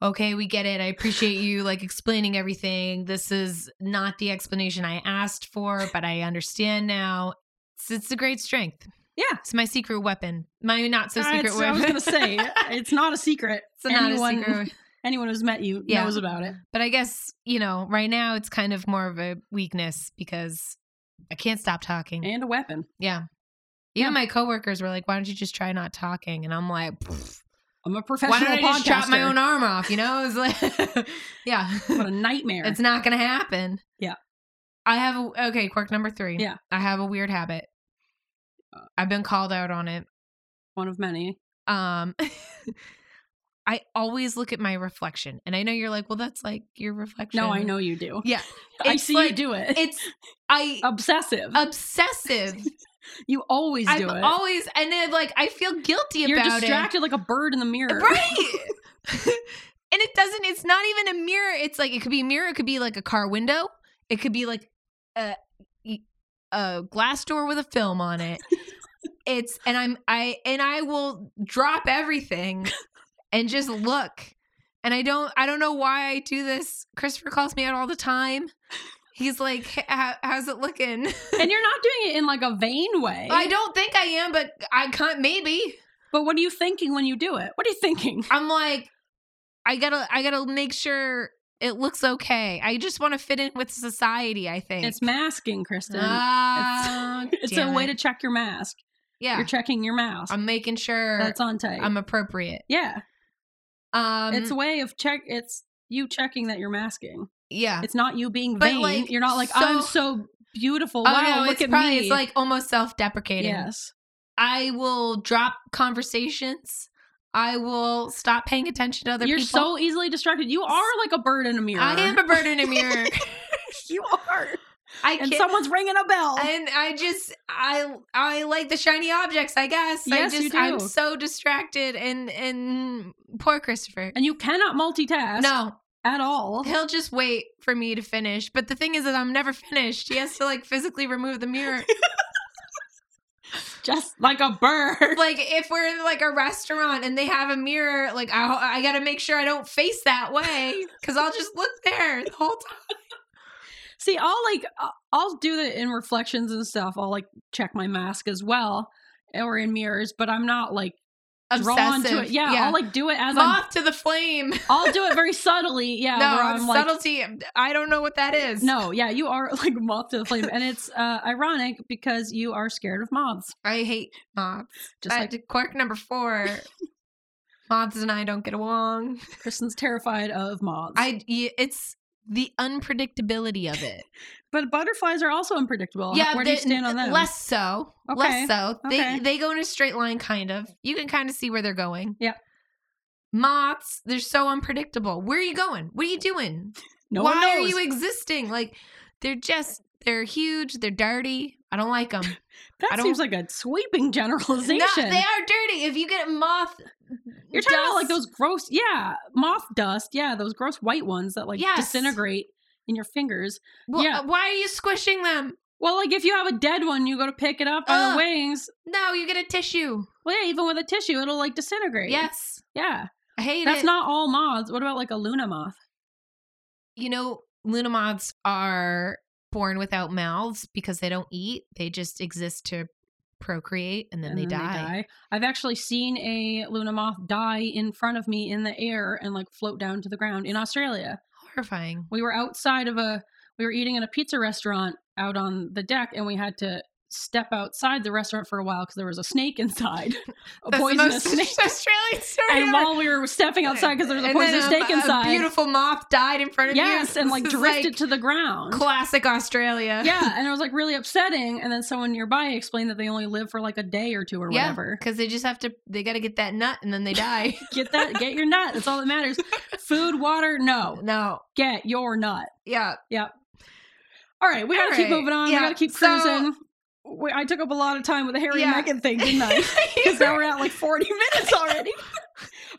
[SPEAKER 3] okay we get it i appreciate you like explaining everything this is not the explanation i asked for but i understand now it's, it's a great strength
[SPEAKER 1] Yeah.
[SPEAKER 3] it's my secret weapon my not so
[SPEAKER 1] Uh,
[SPEAKER 3] secret
[SPEAKER 1] it's- I
[SPEAKER 3] weapon
[SPEAKER 1] was gonna say it's not a secret.
[SPEAKER 3] it's not
[SPEAKER 1] anyone-
[SPEAKER 3] a secret
[SPEAKER 1] Anyone who's met you
[SPEAKER 3] Yeah.
[SPEAKER 1] knows about it.
[SPEAKER 3] but i guess you know right now it's kind of more of a weakness because i can't stop talking
[SPEAKER 1] And a weapon.
[SPEAKER 3] yeah even my coworkers were like why don't you just try not talking and i'm like
[SPEAKER 1] I'm a
[SPEAKER 3] why
[SPEAKER 1] professional
[SPEAKER 3] don't I just chop my
[SPEAKER 1] podcaster.
[SPEAKER 3] own arm off? You know, it's like, yeah,
[SPEAKER 1] What a nightmare.
[SPEAKER 3] it's not going to happen.
[SPEAKER 1] Yeah.
[SPEAKER 3] I have a, okay. Quirk number three.
[SPEAKER 1] Yeah. Uh.
[SPEAKER 3] I have a weird habit. I've been called out on it.
[SPEAKER 1] one of many.
[SPEAKER 3] Um, I always look at my reflection, and I know you're like, well, that's like your reflection.
[SPEAKER 1] No, I know you do.
[SPEAKER 3] Yeah,
[SPEAKER 1] I
[SPEAKER 3] It's
[SPEAKER 1] see
[SPEAKER 3] like-
[SPEAKER 1] you do it.
[SPEAKER 3] it's I
[SPEAKER 1] obsessive.
[SPEAKER 3] obsessive.
[SPEAKER 1] you always
[SPEAKER 3] I'm
[SPEAKER 1] do it.
[SPEAKER 3] always, and then like I feel guilty
[SPEAKER 1] You're
[SPEAKER 3] about it.
[SPEAKER 1] distracted like a bird in the mirror.
[SPEAKER 3] Right. and it doesn't, it's not even a mirror. It's like, it could be a mirror. It could be like a car window. It could be like a, a glass door with a film on it. it's, and I'm, I, and I will drop everything and just look. And I don't, I don't know why I do this. Christopher calls me out all the time. He's like, "H- how, how's it looking?
[SPEAKER 1] And you're not doing it in like a vain way.
[SPEAKER 3] I don't think I am, but I can't, maybe.
[SPEAKER 1] but what are you thinking when you do it? What are you thinking?
[SPEAKER 3] I'm like, I gotta, I gotta make sure it looks okay. I just want to fit in with society. I think
[SPEAKER 1] It's masking, Kristen.
[SPEAKER 3] Ah,
[SPEAKER 1] it's
[SPEAKER 3] damn
[SPEAKER 1] a way
[SPEAKER 3] it.
[SPEAKER 1] to check your mask.
[SPEAKER 3] yeah.
[SPEAKER 1] You're checking your mask.
[SPEAKER 3] I'm making sure
[SPEAKER 1] That's on tight.
[SPEAKER 3] I'm appropriate.
[SPEAKER 1] yeah.
[SPEAKER 3] Um,
[SPEAKER 1] it's a way of check it's you checking that you're masking.
[SPEAKER 3] yeah.
[SPEAKER 1] It's not you being
[SPEAKER 3] But,
[SPEAKER 1] vain.
[SPEAKER 3] like,
[SPEAKER 1] you're not like
[SPEAKER 3] so-
[SPEAKER 1] I'm so beautiful.
[SPEAKER 3] Oh,
[SPEAKER 1] wow,
[SPEAKER 3] no,
[SPEAKER 1] look
[SPEAKER 3] it's
[SPEAKER 1] at
[SPEAKER 3] probably
[SPEAKER 1] me.
[SPEAKER 3] it's like almost self-deprecating.
[SPEAKER 1] yes.
[SPEAKER 3] I will drop conversations. I will stop paying attention to other
[SPEAKER 1] You're
[SPEAKER 3] people.
[SPEAKER 1] so easily distracted. You are like a bird in a mirror.
[SPEAKER 3] I am a bird in a mirror.
[SPEAKER 1] you are.
[SPEAKER 3] I
[SPEAKER 1] And
[SPEAKER 3] can't.
[SPEAKER 1] someone's ringing a bell.
[SPEAKER 3] and I just I I like the shiny objects, I guess.
[SPEAKER 1] Yes,
[SPEAKER 3] I just
[SPEAKER 1] you do.
[SPEAKER 3] I'm so distracted and and poor Christopher.
[SPEAKER 1] and you cannot multitask
[SPEAKER 3] No,
[SPEAKER 1] at all.
[SPEAKER 3] he'll just wait for me to finish. But the thing is that I'm never finished. He has to like physically remove the mirror.
[SPEAKER 1] Just like a bird.
[SPEAKER 3] Like if we're in like a restaurant and they have a mirror, like I I got to make sure I don't face that way cuz I'll just look there the whole time.
[SPEAKER 1] See, I'll like I- I'll do that in reflections and stuff. I'll like check my mask as well or in mirrors, but I'm not like drawn to
[SPEAKER 3] Obsessive.
[SPEAKER 1] it. Yeah,
[SPEAKER 3] Yeah.
[SPEAKER 1] I'll like do it as I'm.
[SPEAKER 3] Moth to the flame.
[SPEAKER 1] I'll do it very subtly. Yeah, where
[SPEAKER 3] no,
[SPEAKER 1] I'm like,
[SPEAKER 3] subtlety. I don't know what that is.
[SPEAKER 1] no, yeah, you are like moth to the flame, and it's uh, ironic because you are scared of moths.
[SPEAKER 3] I hate moths.
[SPEAKER 1] Just
[SPEAKER 3] Uh,
[SPEAKER 1] like
[SPEAKER 3] quirk number four. moths and I don't get along.
[SPEAKER 1] Kristen's terrified of moths.
[SPEAKER 3] I. y- It's the unpredictability of it.
[SPEAKER 1] but butterflies are also unpredictable. where do you
[SPEAKER 3] they-
[SPEAKER 1] stand on them?
[SPEAKER 3] Less so.
[SPEAKER 1] Okay,
[SPEAKER 3] Less so. They
[SPEAKER 1] okay.
[SPEAKER 3] they go in a straight line, kind of. You can kind of see where they're going.
[SPEAKER 1] Yeah.
[SPEAKER 3] Moths, they're so unpredictable. Where are you going? What are you doing?
[SPEAKER 1] no
[SPEAKER 3] Why
[SPEAKER 1] one knows.
[SPEAKER 3] are you e existing? Like, they're just they're huge. They're dirty. I don't like them. I
[SPEAKER 1] that
[SPEAKER 3] don't-
[SPEAKER 1] seems like a sweeping generalization.
[SPEAKER 3] no, they are dirty. If you get moth,
[SPEAKER 1] You're talking about like
[SPEAKER 3] dust-
[SPEAKER 1] those gross, yeah, moth dust. Yeah, those gross white ones that like
[SPEAKER 3] Yes.
[SPEAKER 1] disintegrate in your fingers.
[SPEAKER 3] Wh-
[SPEAKER 1] yeah.
[SPEAKER 3] Why are you squishing them?
[SPEAKER 1] Well, like if you have a dead one, you go to pick it up by the
[SPEAKER 3] Ugh.
[SPEAKER 1] wings.
[SPEAKER 3] No, you get a tissue.
[SPEAKER 1] Well, yeah, even with a tissue, it'll like disintegrate.
[SPEAKER 3] Yes,
[SPEAKER 1] Yeah.
[SPEAKER 3] I hate
[SPEAKER 1] That's
[SPEAKER 3] it.
[SPEAKER 1] not all moths. What about like a Luna moth?
[SPEAKER 3] you know, Luna moths are born without mouths because they don't eat. They just exist to procreate and then, they, die.
[SPEAKER 1] I've actually seen a Luna moth die in front of me in the air and like float down to the ground in Australia.
[SPEAKER 3] Horrifying.
[SPEAKER 1] We were outside of a, we were eating in a pizza restaurant out on the deck and we had to step outside the restaurant for a while because there was a snake inside. A
[SPEAKER 3] That's the
[SPEAKER 1] poisonous
[SPEAKER 3] most
[SPEAKER 1] snake.
[SPEAKER 3] Australian story.
[SPEAKER 1] And
[SPEAKER 3] ever.
[SPEAKER 1] while we were stepping outside because there was a
[SPEAKER 3] And then
[SPEAKER 1] poisonous snake
[SPEAKER 3] a
[SPEAKER 1] inside.
[SPEAKER 3] beautiful moth died in front of you.
[SPEAKER 1] yes, and
[SPEAKER 3] This
[SPEAKER 1] like
[SPEAKER 3] is,
[SPEAKER 1] drifted
[SPEAKER 3] like,
[SPEAKER 1] to the ground.
[SPEAKER 3] classic Australia.
[SPEAKER 1] yeah, and it was like really upsetting. And then someone nearby explained that they only live for like a day or two or whatever.
[SPEAKER 3] Because they just have to, they got to get that nut and then they die.
[SPEAKER 1] Get that, get your nut. That's all that matters. Food, water, no.
[SPEAKER 3] no.
[SPEAKER 1] Get your nut.
[SPEAKER 3] Yeah.
[SPEAKER 1] All right, we
[SPEAKER 3] All
[SPEAKER 1] gotta keep
[SPEAKER 3] right,
[SPEAKER 1] moving on.
[SPEAKER 3] yeah,
[SPEAKER 1] We gotta keep
[SPEAKER 3] so-
[SPEAKER 1] cruising. we, I took up a lot of time with the Harry
[SPEAKER 3] Yeah.
[SPEAKER 1] and Meghan thing, didn't I? Because now we're at like forty minutes already.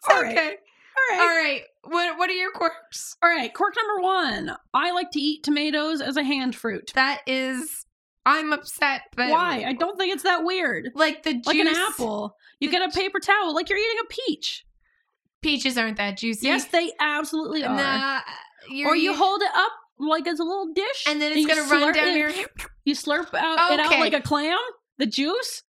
[SPEAKER 1] All right,
[SPEAKER 3] okay.
[SPEAKER 1] all right,
[SPEAKER 3] All right. What What are your quirks?
[SPEAKER 1] all right. Quirk number one: I like to eat tomatoes as a hand fruit.
[SPEAKER 3] That is, I'm upset, but
[SPEAKER 1] Why? I don't think it's that weird.
[SPEAKER 3] like the juice.
[SPEAKER 1] Like an apple. You
[SPEAKER 3] The
[SPEAKER 1] get a
[SPEAKER 3] ju-
[SPEAKER 1] paper towel, like you're eating a peach.
[SPEAKER 3] Peaches aren't that juicy.
[SPEAKER 1] Yes, they absolutely are.
[SPEAKER 3] Nah, you're, e
[SPEAKER 1] or you hold it up like it's a little dish,
[SPEAKER 3] and then it's
[SPEAKER 1] you
[SPEAKER 3] gonna run
[SPEAKER 1] slurp
[SPEAKER 3] down
[SPEAKER 1] it-
[SPEAKER 3] your.
[SPEAKER 1] You slurp out it out
[SPEAKER 3] Okay.
[SPEAKER 1] like a clam, the juice,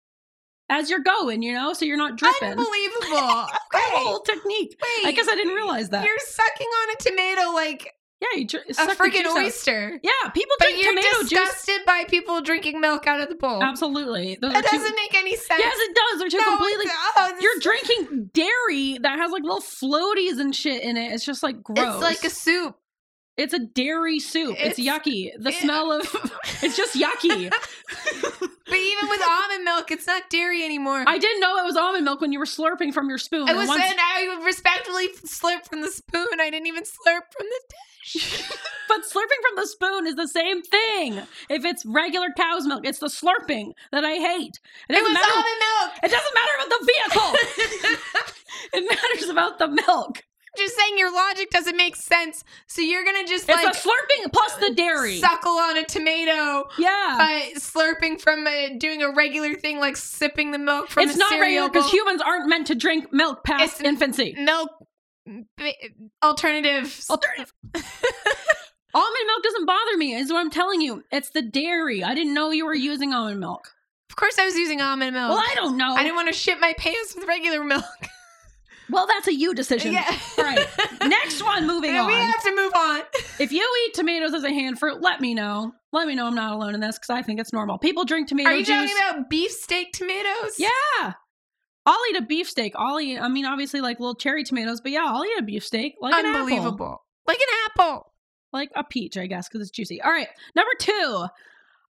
[SPEAKER 1] as you're going. You know, so you're not dripping.
[SPEAKER 3] Unbelievable.
[SPEAKER 1] That
[SPEAKER 3] Okay.
[SPEAKER 1] whole technique.
[SPEAKER 3] Wait.
[SPEAKER 1] I guess I didn't realize that.
[SPEAKER 3] You're sucking on a tomato like
[SPEAKER 1] Yeah, you dr-
[SPEAKER 3] a
[SPEAKER 1] suck the
[SPEAKER 3] freaking
[SPEAKER 1] juice out.
[SPEAKER 3] oyster.
[SPEAKER 1] Yeah, people
[SPEAKER 3] But
[SPEAKER 1] drink
[SPEAKER 3] you're
[SPEAKER 1] tomato juice.
[SPEAKER 3] disgusted by people drinking milk out of the bowl.
[SPEAKER 1] Absolutely, those
[SPEAKER 3] That
[SPEAKER 1] are two-
[SPEAKER 3] doesn't make any sense.
[SPEAKER 1] Yes, it does. They're two
[SPEAKER 3] No,
[SPEAKER 1] completely.
[SPEAKER 3] it's- oh, this-
[SPEAKER 1] You're drinking dairy that has like little floaties and shit in it. It's just like gross.
[SPEAKER 3] It's like a soup.
[SPEAKER 1] It's a dairy soup. It's,
[SPEAKER 3] It's-
[SPEAKER 1] yucky. The
[SPEAKER 3] it-
[SPEAKER 1] smell of it's just yucky.
[SPEAKER 3] But even with almond milk, it's not dairy anymore.
[SPEAKER 1] I didn't know it was almond milk when you were slurping from your spoon.
[SPEAKER 3] I
[SPEAKER 1] and
[SPEAKER 3] was
[SPEAKER 1] once-
[SPEAKER 3] and I respectfully slurped from the spoon. I didn't even slurp from the dish.
[SPEAKER 1] but slurping from the spoon is the same thing. If it's regular cow's milk, it's the slurping that I hate. It
[SPEAKER 3] it
[SPEAKER 1] doesn't
[SPEAKER 3] was
[SPEAKER 1] matter.
[SPEAKER 3] almond milk.
[SPEAKER 1] it doesn't matter about the vehicle. it matters about the milk.
[SPEAKER 3] just saying your logic doesn't make sense. So you're gonna just
[SPEAKER 1] It's
[SPEAKER 3] like
[SPEAKER 1] the slurping plus the dairy.
[SPEAKER 3] suckle on a tomato
[SPEAKER 1] yeah.
[SPEAKER 3] by slurping from a, doing a regular thing like sipping the milk from
[SPEAKER 1] it's
[SPEAKER 3] a
[SPEAKER 1] not
[SPEAKER 3] cereal
[SPEAKER 1] regular because
[SPEAKER 3] bowl.
[SPEAKER 1] humans aren't meant to drink milk past
[SPEAKER 3] It's-
[SPEAKER 1] infancy.
[SPEAKER 3] milk ba- alternative.
[SPEAKER 1] Alternative. almond milk doesn't bother me, is what I'm telling you. It's the dairy. I didn't know you were using almond milk.
[SPEAKER 3] Of course, I was using almond milk.
[SPEAKER 1] Well, I don't know.
[SPEAKER 3] Oh. I didn't want to shit my pants with regular milk.
[SPEAKER 1] well, that's a you decision.
[SPEAKER 3] yeah.
[SPEAKER 1] All right. Next one, moving
[SPEAKER 3] And
[SPEAKER 1] on.
[SPEAKER 3] we have to move on.
[SPEAKER 1] if you eat tomatoes as a hand fruit, let me know. Let me know I'm not alone in this because I think it's normal. People drink tomato
[SPEAKER 3] Are you
[SPEAKER 1] juice.
[SPEAKER 3] talking about beefsteak tomatoes?
[SPEAKER 1] yeah. I'll eat a beefsteak. I'll eat, I mean, obviously, like little cherry tomatoes, but yeah, I'll eat a beefsteak. Like an apple.
[SPEAKER 3] Unbelievable. Like an apple.
[SPEAKER 1] Like a peach, I guess, because it's juicy. All right. Number two.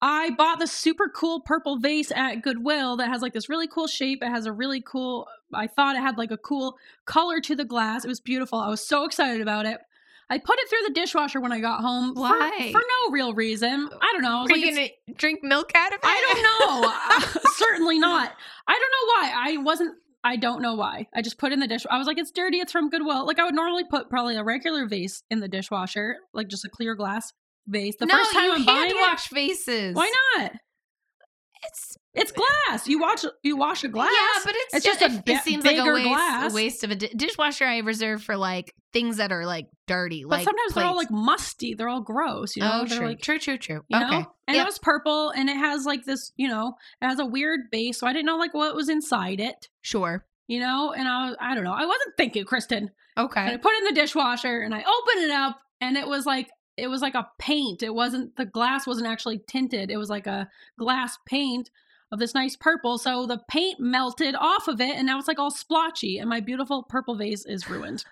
[SPEAKER 1] I bought the super cool purple vase at Goodwill that has like this really cool shape. It has a really cool, I thought it had like a cool color to the glass. It was beautiful. I was so excited about it. I put it through the dishwasher when I got home. for-
[SPEAKER 3] Why?
[SPEAKER 1] For, no real reason. I don't know. I was
[SPEAKER 3] Are
[SPEAKER 1] like,
[SPEAKER 3] you
[SPEAKER 1] it's-
[SPEAKER 3] going to drink milk out of it?
[SPEAKER 1] I don't know. Uh, Certainly not. I don't know why. I wasn't. I don't know why. I just put it in the dish. I was like, it's dirty. It's from Goodwill. Like I would normally put probably a regular vase in the dishwasher, like just a clear glass vase. The
[SPEAKER 3] no,
[SPEAKER 1] first time
[SPEAKER 3] you
[SPEAKER 1] I'm buying
[SPEAKER 3] hand
[SPEAKER 1] it,
[SPEAKER 3] wash faces.
[SPEAKER 1] why not?
[SPEAKER 3] It's
[SPEAKER 1] It's glass. You watch. You wash a glass.
[SPEAKER 3] Yeah, but it's,
[SPEAKER 1] It's
[SPEAKER 3] just,
[SPEAKER 1] just a
[SPEAKER 3] it,
[SPEAKER 1] bi-
[SPEAKER 3] it seems like a
[SPEAKER 1] bigger
[SPEAKER 3] waste,
[SPEAKER 1] glass.
[SPEAKER 3] a waste of a di- dishwasher. I reserve for like things that are like dirty.
[SPEAKER 1] But
[SPEAKER 3] like
[SPEAKER 1] sometimes they're all
[SPEAKER 3] plates.
[SPEAKER 1] like musty. They're all gross. You know.
[SPEAKER 3] oh,
[SPEAKER 1] they're
[SPEAKER 3] true.
[SPEAKER 1] like
[SPEAKER 3] true, true, true.
[SPEAKER 1] you know?
[SPEAKER 3] okay,
[SPEAKER 1] And
[SPEAKER 3] Yep.
[SPEAKER 1] it was purple, and it has like this. You know, it has a weird base. So I didn't know like what was inside it.
[SPEAKER 3] sure.
[SPEAKER 1] you know? And I was, I don't know. I wasn't thinking, Kristen. And I
[SPEAKER 3] Okay.
[SPEAKER 1] put it in the dishwasher and I opened it up and it was like it was like a paint. It wasn't the glass wasn't actually tinted. It was like a glass paint of this nice purple. So the paint melted off of it and now it's like all splotchy and my beautiful purple vase is ruined.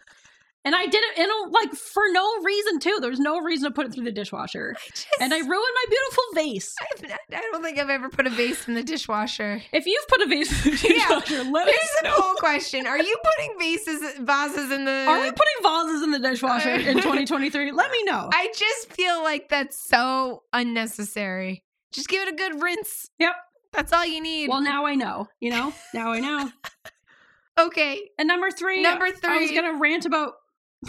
[SPEAKER 1] And I did it in a, like for no reason too. There was no reason to put it through the dishwasher.
[SPEAKER 3] Just-
[SPEAKER 1] And I ruined my beautiful vase.
[SPEAKER 3] I've- I don't think I've ever put a vase in the dishwasher.
[SPEAKER 1] If you've put a vase through the
[SPEAKER 3] Yeah.
[SPEAKER 1] dishwasher, let me
[SPEAKER 3] Here's a
[SPEAKER 1] know.
[SPEAKER 3] poll question: Are you putting vases, vases in the?
[SPEAKER 1] Are we putting vases in the dishwasher in 2023? Let me know.
[SPEAKER 3] I just feel like that's so unnecessary. Just give it a good rinse.
[SPEAKER 1] Yep.
[SPEAKER 3] That's all you need.
[SPEAKER 1] Well, now I know. You know, now I know.
[SPEAKER 3] okay.
[SPEAKER 1] And number three,
[SPEAKER 3] Number
[SPEAKER 1] I was
[SPEAKER 3] three.
[SPEAKER 1] gonna rant about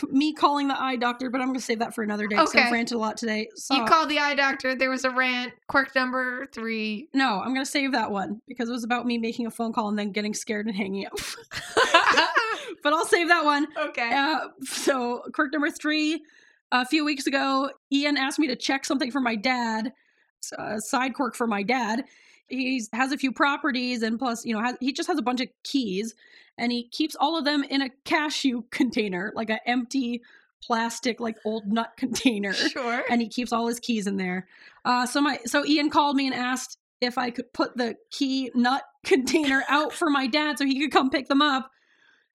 [SPEAKER 1] me calling the eye doctor, but I'm gonna save that for another day. So
[SPEAKER 3] Okay.
[SPEAKER 1] I've ranted a lot today. So
[SPEAKER 3] You called the eye doctor. There was a rant. Quirk number three.
[SPEAKER 1] no, I'm gonna save that one because it was about me making a phone call and then getting scared and hanging up. but I'll save that one.
[SPEAKER 3] okay.
[SPEAKER 1] Uh, so quirk number three. A few weeks ago, Ian asked me to check something for my dad. s- A side quirk for my dad. He has a few properties, and plus, you know, has, he just has a bunch of keys, and he keeps all of them in a cashew container, like an empty plastic, like old nut container
[SPEAKER 3] Sure.
[SPEAKER 1] and he keeps all his keys in there. Uh, so my so Ian called me and asked if I could put the key nut container out for my dad so he could come pick them up.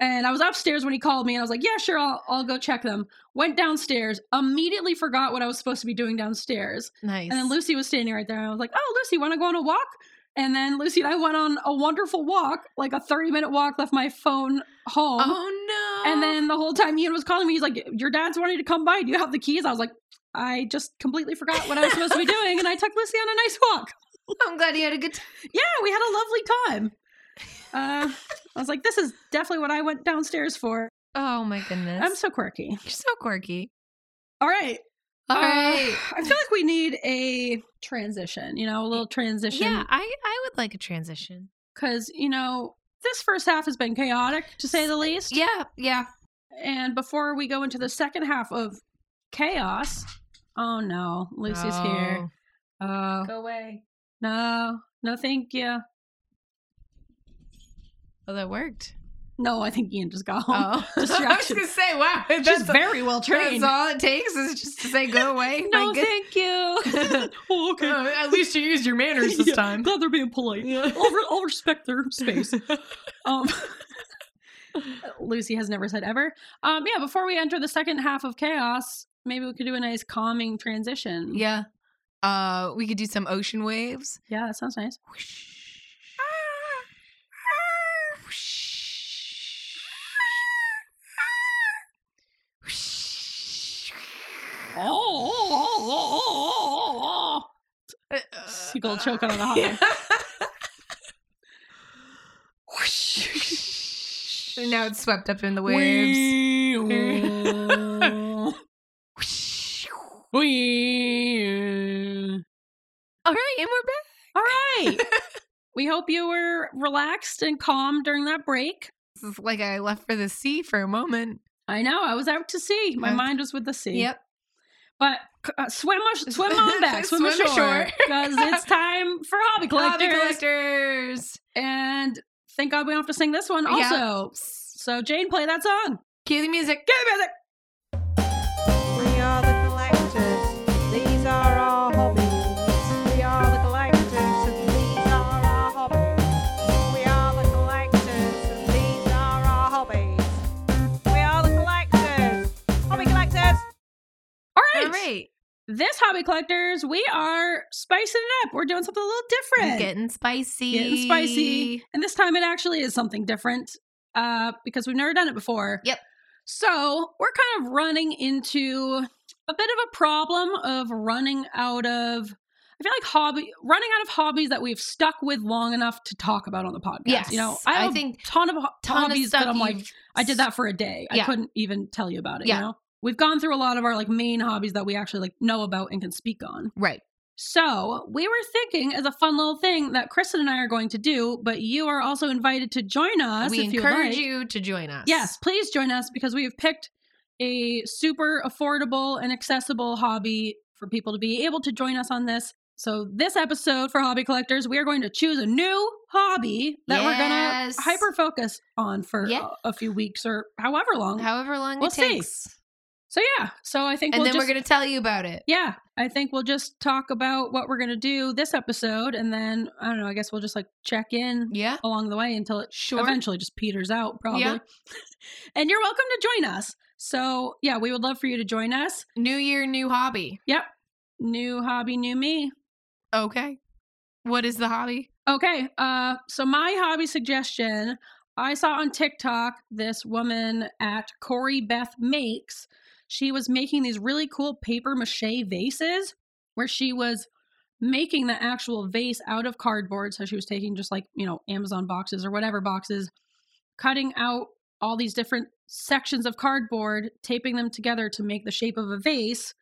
[SPEAKER 1] And I was upstairs when he called me, and I was like, "Yeah, sure, I'll I'll go check them." Went downstairs, immediately forgot what I was supposed to be doing downstairs, and
[SPEAKER 3] nice.
[SPEAKER 1] then Lucy was standing right there, and I was like, "Oh, Lucy, want to go on a walk?" And then Lucy and I went on a wonderful walk, like a thirty-minute walk. Left my phone home.
[SPEAKER 3] Oh no.
[SPEAKER 1] And then the whole time Ian was calling me, he's like, Your dad's wanting to come by. Do you have the keys? I was like, I just completely forgot what I was supposed to be doing. And I took Lucy on a nice walk.
[SPEAKER 3] I'm glad you had a good time.
[SPEAKER 1] Yeah, we had a lovely time. Uh, I was like, This is definitely what I went downstairs for.
[SPEAKER 3] Oh my goodness.
[SPEAKER 1] I'm so quirky.
[SPEAKER 3] You're so quirky.
[SPEAKER 1] All right.
[SPEAKER 3] All
[SPEAKER 1] Uh,
[SPEAKER 3] right.
[SPEAKER 1] I feel like we need a transition, you know, a little
[SPEAKER 3] Yeah,
[SPEAKER 1] transition.
[SPEAKER 3] I I would like a transition.
[SPEAKER 1] Because, you know, this first half has been chaotic, to say the least.
[SPEAKER 3] Yeah, yeah.
[SPEAKER 1] And before we go into the second half of chaos, oh no, Lucy's here. Oh,
[SPEAKER 2] Go away.
[SPEAKER 1] No, no, thank you.
[SPEAKER 3] Well, Oh, that worked.
[SPEAKER 1] No, I think Ian just got home.
[SPEAKER 3] Oh, I was
[SPEAKER 1] distraction.
[SPEAKER 3] gonna say, wow,
[SPEAKER 1] She's
[SPEAKER 3] that's,
[SPEAKER 1] very well trained.
[SPEAKER 3] that's all it takes is just to say go away.
[SPEAKER 1] no,
[SPEAKER 3] My good-
[SPEAKER 1] thank you. oh, okay.
[SPEAKER 3] Oh, at least you used your manners
[SPEAKER 1] Yeah, Glad they're being polite. I'll, re- I'll respect their space. Um, Lucy has never said ever. Um, yeah, before we enter the second half of chaos, maybe we could do a nice calming transition.
[SPEAKER 3] yeah. Uh, we could do some ocean waves.
[SPEAKER 1] yeah, that sounds nice. Oh, oh, oh, oh, oh, oh, oh.
[SPEAKER 3] Ah. Uh,
[SPEAKER 1] Seagull choking on a hot
[SPEAKER 3] Yeah.
[SPEAKER 1] dog.
[SPEAKER 3] And now it's swept up in the waves.
[SPEAKER 1] Wee.
[SPEAKER 3] All right, and we're back.
[SPEAKER 1] All right. we hope you were relaxed and calm during that break.
[SPEAKER 3] This is like I left for the sea for a moment.
[SPEAKER 1] I know I was out to sea. My
[SPEAKER 3] Out to-
[SPEAKER 1] mind was with the sea. But uh, swim, ash- swim on back, swim,
[SPEAKER 3] Swim
[SPEAKER 1] ashore,
[SPEAKER 3] ashore.
[SPEAKER 1] because it's time for hobby collectors.
[SPEAKER 3] Hobby collectors.
[SPEAKER 1] And thank God we don't have to sing this one.
[SPEAKER 3] Yeah.
[SPEAKER 1] Also, so Jane, play that song.
[SPEAKER 3] Cue the music.
[SPEAKER 1] Get the music.
[SPEAKER 4] We are the collectors. These are our hobbies. We are the collectors. And these are our hobbies. We are the collectors. And these are our hobbies. We are the collectors. Hobby collectors.
[SPEAKER 3] All right.
[SPEAKER 1] this hobby collectors, we are spicing it up. We're doing something a little different.
[SPEAKER 3] Getting spicy.
[SPEAKER 1] Getting
[SPEAKER 3] Mm.
[SPEAKER 1] spicy. And this time it actually is something different uh, because we've never done it before.
[SPEAKER 3] Yep.
[SPEAKER 1] So we're kind of running into a bit of a problem of running out of. I feel like hobby running out of hobbies that we've stuck with long enough to talk about on the podcast.
[SPEAKER 3] Yes.
[SPEAKER 1] you know,
[SPEAKER 3] I
[SPEAKER 1] I, have
[SPEAKER 3] think
[SPEAKER 1] a ton of ho-
[SPEAKER 3] Ton of
[SPEAKER 1] hobbies
[SPEAKER 3] stuff
[SPEAKER 1] that I'm like,
[SPEAKER 3] you've-
[SPEAKER 1] I did that for a day. I
[SPEAKER 3] Yeah.
[SPEAKER 1] couldn't even tell you about it.
[SPEAKER 3] Yeah.
[SPEAKER 1] You know, we've gone through a lot of our like main hobbies that we actually like know about and can speak on.
[SPEAKER 3] Right.
[SPEAKER 1] So we were thinking as a fun little thing that Kristen and I are going to do, but you are also invited to join us.
[SPEAKER 3] we
[SPEAKER 1] if you
[SPEAKER 3] encourage
[SPEAKER 1] like.
[SPEAKER 3] you to join us.
[SPEAKER 1] Yes, please join us because we have picked a super affordable and accessible hobby for people to be able to join us on this. So, this episode for hobby collectors, we are going to choose a new hobby that
[SPEAKER 3] Yes.
[SPEAKER 1] we're going to hyper focus on for a-
[SPEAKER 3] Yeah.
[SPEAKER 1] a, few weeks or however long.
[SPEAKER 3] However long
[SPEAKER 1] We'll
[SPEAKER 3] it
[SPEAKER 1] see.
[SPEAKER 3] takes.
[SPEAKER 1] so, yeah. So, I think
[SPEAKER 3] And
[SPEAKER 1] we'll
[SPEAKER 3] then
[SPEAKER 1] just,
[SPEAKER 3] we're going to tell you about it.
[SPEAKER 1] yeah, I think we'll just talk about what we're going to do this episode. And then, I don't know, I guess we'll just like check in
[SPEAKER 3] Yeah.
[SPEAKER 1] along the way until it
[SPEAKER 3] Sure.
[SPEAKER 1] eventually just peters out, probably. and you're welcome to join us. So, yeah, we would love for you to join us.
[SPEAKER 3] New year, new hobby.
[SPEAKER 1] New hobby, new me.
[SPEAKER 3] Okay. What is the hobby?
[SPEAKER 1] Okay, uh, so my hobby suggestion I saw on TikTok this woman at Corey Beth Makes. She was making these really cool paper mache vases where she was making the actual vase out of cardboard. So she was taking just like, you know, Amazon boxes or whatever boxes, cutting out all these different sections of cardboard, taping them together to make the shape of a vase,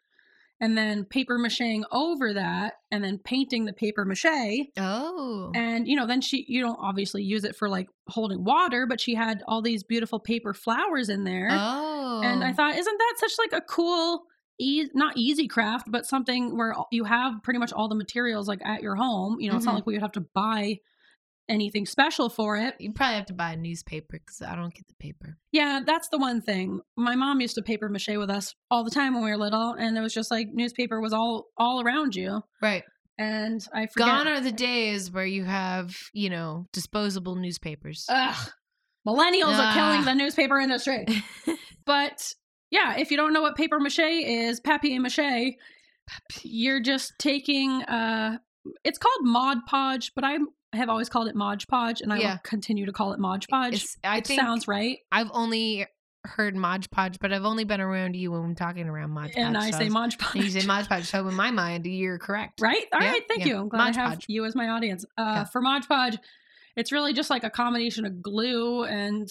[SPEAKER 1] and then paper macheing over that, and then painting the paper mache.
[SPEAKER 3] Oh.
[SPEAKER 1] And you know, then she you don't obviously use it for like holding water, but she had all these beautiful paper flowers in there.
[SPEAKER 3] Oh.
[SPEAKER 1] And I thought, isn't that such like a cool ea- not easy craft, but something where all- you have pretty much all the materials like at your home. You know, it's
[SPEAKER 3] Mhm.
[SPEAKER 1] not like we would have to buy anything special for it.
[SPEAKER 3] you probably have to buy a newspaper because I don't get the paper.
[SPEAKER 1] Yeah, that's the one thing. My mom used to paper mache with us all the time when we were little, and it was just like newspaper was all all around you.
[SPEAKER 3] Right.
[SPEAKER 1] And I forget.
[SPEAKER 3] Gone are the days where you have, you know, disposable newspapers.
[SPEAKER 1] Ugh. Millennials are killing
[SPEAKER 3] Ugh.
[SPEAKER 1] the newspaper industry. But yeah, if you don't know what paper mache is, papier mache, you're just taking uh it's called Mod Podge, but I'm I have always called it Mod Podge and I
[SPEAKER 3] Yeah.
[SPEAKER 1] will continue to call it Mod Podge.
[SPEAKER 3] It's- I
[SPEAKER 1] it
[SPEAKER 3] think
[SPEAKER 1] sounds right.
[SPEAKER 3] I've only heard Mod Podge, but I've only been around you when I'm talking around Mod Podge.
[SPEAKER 1] And I
[SPEAKER 3] so
[SPEAKER 1] say
[SPEAKER 3] was-
[SPEAKER 1] Mod
[SPEAKER 3] and
[SPEAKER 1] Podge.
[SPEAKER 3] You say Mod Podge. So in my mind, you're correct.
[SPEAKER 1] Right? All right.
[SPEAKER 3] Yeah,
[SPEAKER 1] Thank
[SPEAKER 3] yeah.
[SPEAKER 1] you. I'm glad
[SPEAKER 3] Mod
[SPEAKER 1] I have
[SPEAKER 3] Podge.
[SPEAKER 1] you as my audience. Uh,
[SPEAKER 3] Yeah.
[SPEAKER 1] For Mod Podge, it's really just like a combination of glue and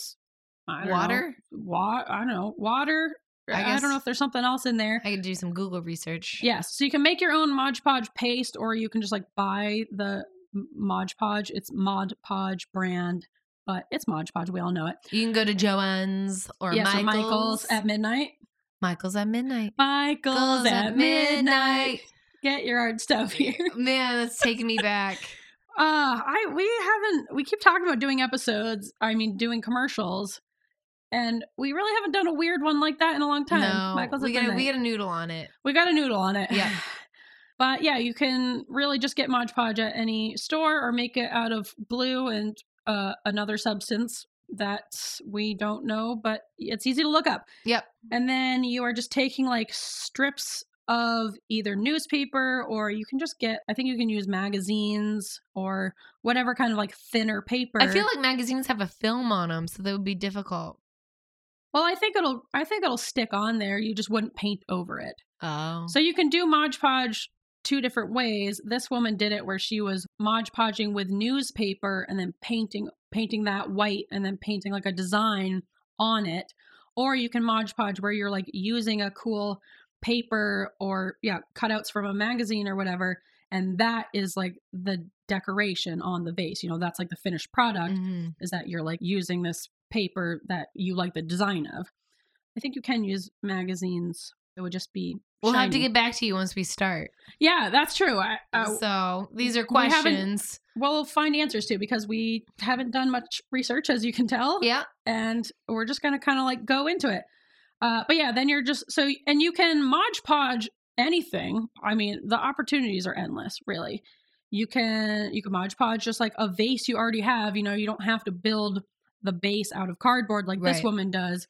[SPEAKER 1] I don't know,
[SPEAKER 3] Water.
[SPEAKER 1] wa- I don't know, water.
[SPEAKER 3] I
[SPEAKER 1] I,
[SPEAKER 3] guess-
[SPEAKER 1] don't know if there's something else in there.
[SPEAKER 3] I could do some Google research.
[SPEAKER 1] Yes. So you can make your own Mod Podge paste, or you can just like buy the M- Mod Podge. It's Mod Podge brand, but it's Mod Podge. We all know it.
[SPEAKER 3] You can go to Joann's or
[SPEAKER 1] yes, or
[SPEAKER 3] Michael's.
[SPEAKER 1] Michael's at midnight.
[SPEAKER 3] Michael's at midnight.
[SPEAKER 1] Michael's at, midnight. Get your art stuff here.
[SPEAKER 3] Man, that's taking me back.
[SPEAKER 1] Uh, I we haven't we keep talking about doing episodes, I mean doing commercials, and we really haven't done a weird one like that in a long time.
[SPEAKER 3] No,
[SPEAKER 1] Michael's
[SPEAKER 3] we
[SPEAKER 1] at
[SPEAKER 3] got we
[SPEAKER 1] midnight.
[SPEAKER 3] got a noodle on it.
[SPEAKER 1] We got a noodle on it.
[SPEAKER 3] Yeah.
[SPEAKER 1] But yeah, you can really just get Mod Podge at any store or make it out of glue and uh, another substance that we don't know, but it's easy to look up.
[SPEAKER 3] Yep.
[SPEAKER 1] And then you are just taking like strips of either newspaper or you can just get, I think you can use magazines or whatever kind of like thinner paper.
[SPEAKER 3] I feel like magazines have a film on them, so that would be difficult.
[SPEAKER 1] well, I think it'll, I think it'll stick on there. You just wouldn't paint over it.
[SPEAKER 3] Oh,
[SPEAKER 1] So you can do Mod Podge two different ways. This woman did it where she was Mod Podging with newspaper and then painting painting that white and then painting like a design on it. Or you can Mod Podge where you're like using a cool paper or yeah, cutouts from a magazine or whatever, and that is like the decoration on the vase. You know, that's like the finished product
[SPEAKER 3] Mhm.
[SPEAKER 1] is that you're like using this paper that you like the design of. I think you can use magazines. It would just be
[SPEAKER 3] we'll have to
[SPEAKER 1] shiny.
[SPEAKER 3] get back to you once we start.
[SPEAKER 1] Yeah, that's true. I, uh,
[SPEAKER 3] so these are
[SPEAKER 1] we haven't-
[SPEAKER 3] questions.
[SPEAKER 1] we'll find answers to because we haven't done much research, as you can tell,
[SPEAKER 3] Yeah,
[SPEAKER 1] and we're just gonna kind of like go into it. Uh, but yeah, then you're just so, and you can modge podge anything. I mean, the opportunities are endless, really. You can you can modge podge just like a vase you already have. You know, you don't have to build the base out of cardboard like
[SPEAKER 3] Right.
[SPEAKER 1] this woman does.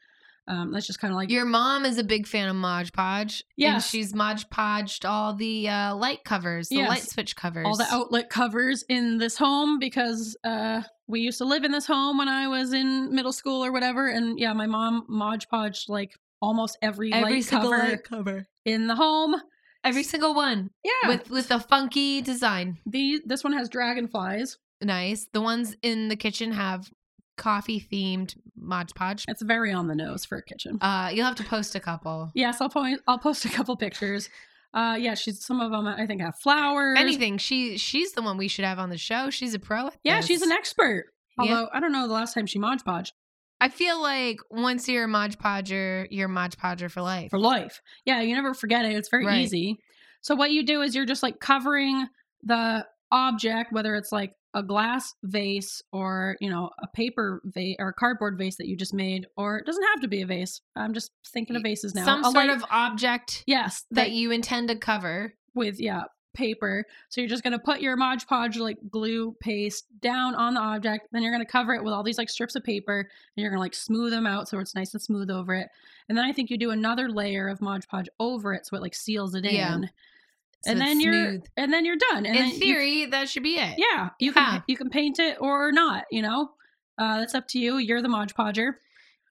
[SPEAKER 1] Um, that's just kind of like
[SPEAKER 3] your mom is a big fan of Mod Podge. and
[SPEAKER 1] Yes.
[SPEAKER 3] she's Mod Podged all the uh, light covers, the
[SPEAKER 1] Yes.
[SPEAKER 3] light switch covers,
[SPEAKER 1] all the E outlet covers in this home because uh, we used to live in this home when I was in middle school or whatever. And yeah, my mom modge podged like almost every,
[SPEAKER 3] every
[SPEAKER 1] light
[SPEAKER 3] single
[SPEAKER 1] cover
[SPEAKER 3] light cover,
[SPEAKER 1] in the home.
[SPEAKER 3] every single one
[SPEAKER 1] Yeah, with
[SPEAKER 3] with with a funky design.
[SPEAKER 1] the this one has dragonflies.
[SPEAKER 3] Nice. The ones in the kitchen have coffee themed Mod Podge.
[SPEAKER 1] It's very on the nose for a kitchen.
[SPEAKER 3] Uh, you'll have to post a couple.
[SPEAKER 1] yes, I'll point. I'll post a couple pictures. Uh, yeah, she's some of them I think have flowers.
[SPEAKER 3] If anything, she she's the one we should have on the show. She's a pro. At
[SPEAKER 1] Yeah,
[SPEAKER 3] this.
[SPEAKER 1] she's an expert.
[SPEAKER 3] Yeah.
[SPEAKER 1] Although I don't know the last time she modge podged.
[SPEAKER 3] I feel like once you're a Mod Podger, you're a Mod Podger for life.
[SPEAKER 1] for life. Yeah, you never forget it. It's very
[SPEAKER 3] Right.
[SPEAKER 1] easy. So what you do is you're just like covering the object, whether it's like a glass vase or, you know, a paper vase or a cardboard vase that you just made, or it doesn't have to be a vase. I'm just thinking of vases now.
[SPEAKER 3] Some
[SPEAKER 1] A
[SPEAKER 3] sort
[SPEAKER 1] light-
[SPEAKER 3] of object
[SPEAKER 1] yes,
[SPEAKER 3] that you intend to cover.
[SPEAKER 1] with yeah paper so you're just going to put your mod podge like glue paste down on the object then you're going to cover it with all these like strips of paper and you're going to like smooth them out so it's nice and smooth over it and then i think you do another layer of mod podge over it so it like seals it in
[SPEAKER 3] Yeah. So
[SPEAKER 1] and
[SPEAKER 3] it's
[SPEAKER 1] then you're
[SPEAKER 3] smooth.
[SPEAKER 1] and then you're done and
[SPEAKER 3] in
[SPEAKER 1] then you-
[SPEAKER 3] theory that should be it.
[SPEAKER 1] yeah you can
[SPEAKER 3] Yeah.
[SPEAKER 1] you can paint it or not you know uh that's up to you you're the mod podger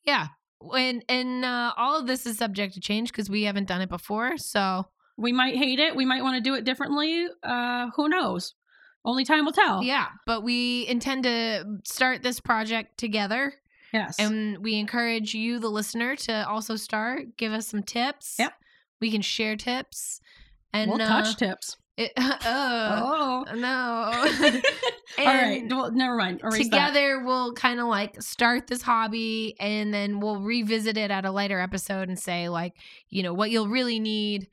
[SPEAKER 3] Yeah. When and uh, all of this is subject to change because we haven't done it before. So
[SPEAKER 1] we might hate it we might want to do it differently uh who knows only time will tell
[SPEAKER 3] yeah, but we intend to start this project together,
[SPEAKER 1] yes
[SPEAKER 3] and we encourage you, the listener, to also start. Give us some tips.
[SPEAKER 1] Yep.
[SPEAKER 3] We can share tips. And
[SPEAKER 1] we'll
[SPEAKER 3] uh,
[SPEAKER 1] touch tips
[SPEAKER 3] It, uh,
[SPEAKER 1] oh
[SPEAKER 3] no.
[SPEAKER 1] All right.
[SPEAKER 3] And
[SPEAKER 1] Well, never mind. Erase that.
[SPEAKER 3] Together, we'll kind of like start this hobby and then we'll revisit it at a later episode and say, like, you know, what you'll really need.